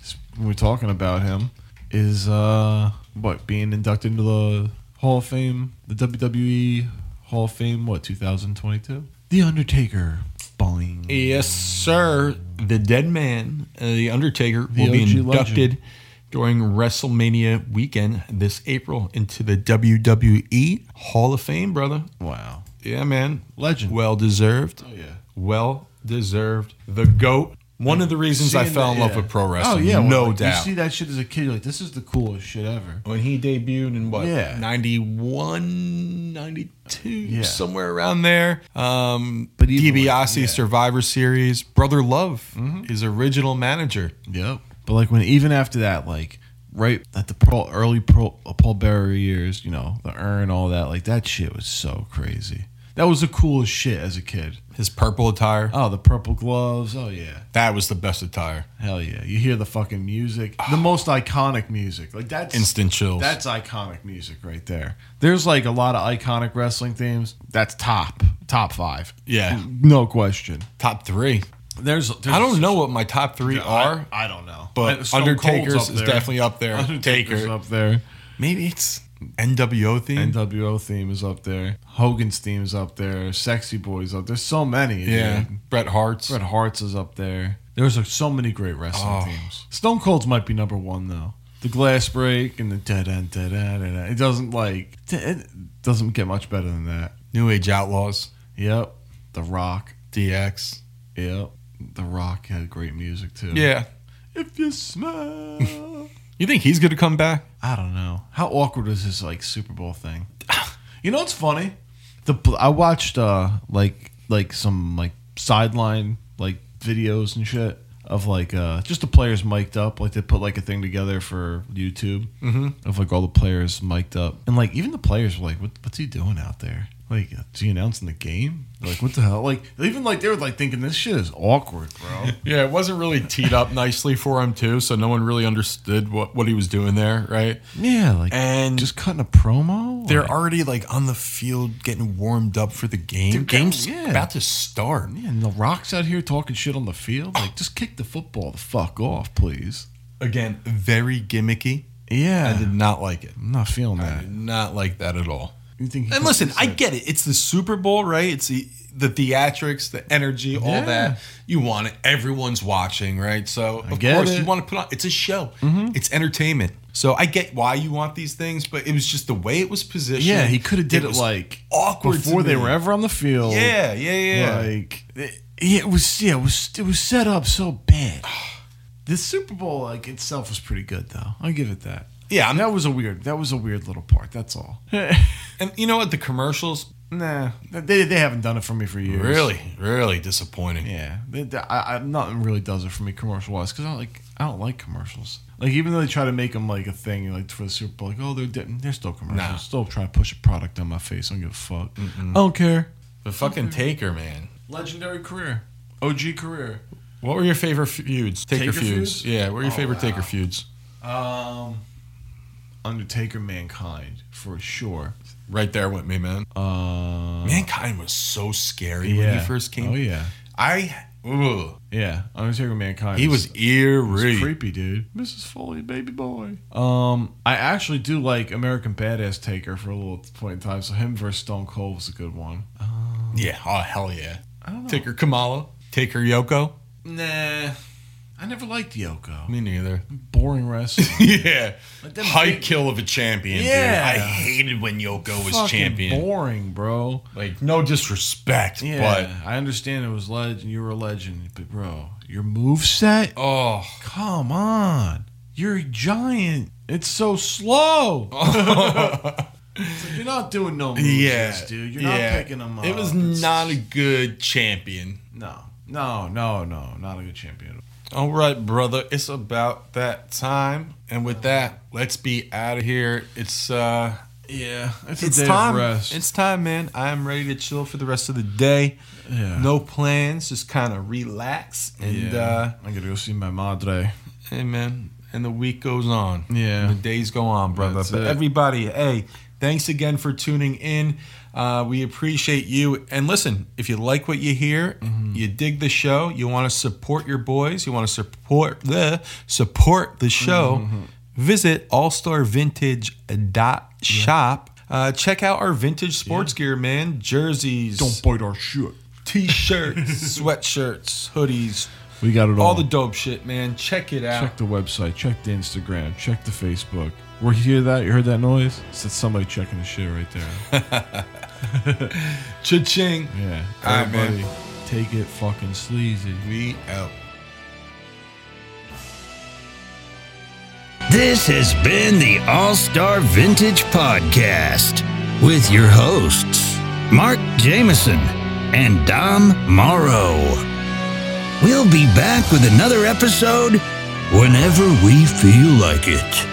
Speaker 9: s- when we're talking about him, is uh what being inducted into the Hall of Fame, the WWE Hall of Fame, what 2022? The Undertaker, boing.
Speaker 8: Yes, sir. The dead man, uh, the Undertaker,
Speaker 9: The
Speaker 8: will be
Speaker 9: OG
Speaker 8: inducted
Speaker 9: legend.
Speaker 8: during WrestleMania weekend this April into the WWE Hall of Fame, brother.
Speaker 9: Wow,
Speaker 8: Yeah, man.
Speaker 9: Legend. Oh,
Speaker 8: Well deserved.
Speaker 9: yeah.
Speaker 8: Well deserved. The GOAT. One of the reasons I
Speaker 9: Seeing
Speaker 8: fell
Speaker 9: that-
Speaker 8: in love
Speaker 9: yeah.
Speaker 8: with pro wrestling.
Speaker 9: Oh yeah,
Speaker 8: no
Speaker 9: well,
Speaker 8: doubt.
Speaker 9: You see that shit as a kid, you're like this is the coolest shit ever.
Speaker 8: when he debuted in what
Speaker 9: Yeah.
Speaker 8: 91 92 somewhere around there um but DiBiase survivor series brother love
Speaker 9: Mm-hmm.
Speaker 8: his original manager
Speaker 9: Yep. But like when even after that, like right at the Paul, early Paul, uh, Paul Bearer years, you know, the urn, all that, like that shit was so crazy. That was the coolest shit as a kid.
Speaker 8: His purple attire.
Speaker 9: Oh, the purple gloves. Oh yeah.
Speaker 8: that was the best attire
Speaker 9: Hell yeah. You hear the fucking music. The most iconic music. Like that's
Speaker 8: Ah. instant chills
Speaker 9: That's iconic music right there. There's like a lot of iconic wrestling themes. That's top. Top five.
Speaker 8: yeah
Speaker 9: No question.
Speaker 8: top three
Speaker 9: There's,
Speaker 8: I don't know what my top three
Speaker 9: I-
Speaker 8: are
Speaker 9: I, don't know.
Speaker 8: but
Speaker 9: Stone Cold's
Speaker 8: Undertaker's
Speaker 9: up
Speaker 8: is
Speaker 9: there.
Speaker 8: definitely up there
Speaker 9: Undertaker's
Speaker 8: Taker
Speaker 9: up there.
Speaker 8: maybe it's NWO
Speaker 9: Mm-hmm.
Speaker 8: theme
Speaker 9: NWO theme is up there. Hogan's theme is up there. Sexy Boys up. There's so many.
Speaker 8: yeah
Speaker 9: dude.
Speaker 8: Bret Hart's
Speaker 9: Bret Hart's is up there. There's like, so many great wrestling
Speaker 8: Oh.
Speaker 9: themes. Stone Cold's might be number one though. The glass break and the da da da da da. It doesn't like it doesn't get much better than that.
Speaker 8: New Age Outlaws
Speaker 9: Yep. The Rock.
Speaker 8: DX
Speaker 9: Yep. The Rock had great music too.
Speaker 8: yeah
Speaker 9: If you smell.
Speaker 8: you think he's gonna come back
Speaker 9: I don't know. How awkward was this like Super Bowl thing? You know what's funny? The I watched uh like like some like sideline like videos and shit of like uh just the players mic'd up. Like they put like a thing together for YouTube
Speaker 8: Mhm.
Speaker 9: of like all the players mic'd up. And like even the players were like, what, what's he doing out there? Like, is he announcing the game? Like, what the hell? Like, even like they were like thinking this shit is awkward, bro.
Speaker 8: Yeah, it wasn't really teed up nicely for him too, so no one really understood what, what he was doing there, right?
Speaker 9: yeah, like
Speaker 8: And
Speaker 9: just cutting a promo.
Speaker 8: they're already like on the field getting warmed up for the game.
Speaker 9: They're getting-
Speaker 8: Game's
Speaker 9: yeah.
Speaker 8: about to start.
Speaker 9: Yeah, and the rocks out here talking shit on the field. Like, just kick the football the fuck off, please.
Speaker 8: Again, very gimmicky. I
Speaker 9: Yeah,
Speaker 8: did not like it.
Speaker 9: I'm not feeling that.
Speaker 8: Did not like that at all.
Speaker 9: You think? he
Speaker 8: And
Speaker 9: got
Speaker 8: listen,
Speaker 9: this
Speaker 8: I
Speaker 9: at-
Speaker 8: get it. It's the Super Bowl, right? It's the, the theatrics, the energy, all
Speaker 9: Yeah.
Speaker 8: that. You want it. Everyone's watching, right? So, of
Speaker 9: get
Speaker 8: course,
Speaker 9: it. Mm-hmm.
Speaker 8: you want to put on it's a show, it's entertainment. So, I get why you want these things, but it was just the way it was positioned.
Speaker 9: Yeah, he could have did it,
Speaker 8: was
Speaker 9: like
Speaker 8: awkward to
Speaker 9: before they
Speaker 8: me.
Speaker 9: were ever on the field.
Speaker 8: Yeah, yeah, yeah.
Speaker 9: Like it, it was. Yeah, it was. It was set up so bad. The Super Bowl, like itself, was pretty good though. I'll give it that.
Speaker 8: yeah, I'm,
Speaker 9: That was a weird. That was a weird little part. That's all.
Speaker 8: and you know what? The commercials
Speaker 9: nah, they they haven't done it for me for years.
Speaker 8: really, really disappointing.
Speaker 9: Yeah, They- they- I, I, nothing really does it for me commercial wise because I don't like I don't like commercials. Like even though they try to make them like a thing like for the Super Bowl, like oh they're di- they're still commercials,
Speaker 8: Nah.
Speaker 9: still trying to push a product on my face. I don't give a fuck. I don't care.
Speaker 8: The fucking
Speaker 9: Mm-hmm.
Speaker 8: Taker, man.
Speaker 9: Legendary career, OG career.
Speaker 8: What were your favorite feuds? Taker,
Speaker 9: Taker
Speaker 8: feuds?
Speaker 9: feuds?
Speaker 8: Yeah, what were your
Speaker 9: Oh,
Speaker 8: favorite
Speaker 9: wow.
Speaker 8: Taker feuds?
Speaker 9: Um, Undertaker, Mankind for sure.
Speaker 8: Right there with me, man.
Speaker 9: Uh,
Speaker 8: Mankind was so scary when
Speaker 9: yeah.
Speaker 8: he first came.
Speaker 9: Oh yeah,
Speaker 8: I ugh,
Speaker 9: yeah. Undertaker, Mankind.
Speaker 8: he was eerie.
Speaker 9: It's creepy, dude. Mrs. Foley, baby boy. Um, I actually do like American Badass Taker for a little point in time. So him versus Stone Cold was a good one.
Speaker 8: yeah. Oh hell yeah.
Speaker 9: I don't know.
Speaker 8: Taker Kamala. Taker Yoko.
Speaker 9: Nah, I never liked Yoko.
Speaker 8: Me neither.
Speaker 9: Boring wrestling.
Speaker 8: yeah.
Speaker 9: Like them
Speaker 8: High
Speaker 9: big-
Speaker 8: kill of a champion.
Speaker 9: Yeah.
Speaker 8: Dude. I hated when Yoko was
Speaker 9: Fucking
Speaker 8: champion.
Speaker 9: Boring, bro.
Speaker 8: Like no disrespect,
Speaker 9: Yeah, I understand it was legend. You were a legend, but bro, your move set.
Speaker 8: but oh.
Speaker 9: Come on, you're a giant. It's so slow. It's like, you're not doing no moves,
Speaker 8: Yeah,
Speaker 9: dude. You're
Speaker 8: yeah.
Speaker 9: not picking them up.
Speaker 8: It was
Speaker 9: It's-
Speaker 8: not a good champion.
Speaker 9: No, no, no, no, not a good champion.
Speaker 8: All right, brother. It's about that time, and with that, let's be out of here. It's uh,
Speaker 9: Yeah, it's,
Speaker 8: it's
Speaker 9: a day
Speaker 8: time.
Speaker 9: of rest.
Speaker 8: It's time, man. I am ready to chill for the rest of the day.
Speaker 9: yeah,
Speaker 8: No plans, just kind of relax, and
Speaker 9: yeah.
Speaker 8: uh,
Speaker 9: I gotta go see my madre.
Speaker 8: hey, man. And the week goes on.
Speaker 9: Yeah.
Speaker 8: and the days go on, brother.
Speaker 9: That's
Speaker 8: but
Speaker 9: it.
Speaker 8: everybody, hey, thanks again for tuning in. Uh, we appreciate you. And listen, if you like what you hear,
Speaker 9: Mm-hmm.
Speaker 8: you dig the show, you want to support your boys, you want to support the support the show,
Speaker 9: Mm-hmm.
Speaker 8: visit allstarvintage.shop. Uh, check out our vintage sports gear, man. Jerseys,
Speaker 9: bite our shit.
Speaker 8: t-shirts, sweatshirts, hoodies,
Speaker 9: We got it all.
Speaker 8: all the dope shit, man. Check it out.
Speaker 9: check the website, check the Instagram, check the Facebook. Where you hear that? You heard that noise? It's that's somebody checking the shit right there.
Speaker 8: Cha-ching.
Speaker 9: Yeah,
Speaker 8: All right, man.
Speaker 9: everybody, take it fucking sleazy.
Speaker 8: We out.
Speaker 1: This has been the All Star Vintage Podcast with your hosts, Mark Jameson and Dom Morrow. We'll be back with another episode whenever we feel like it.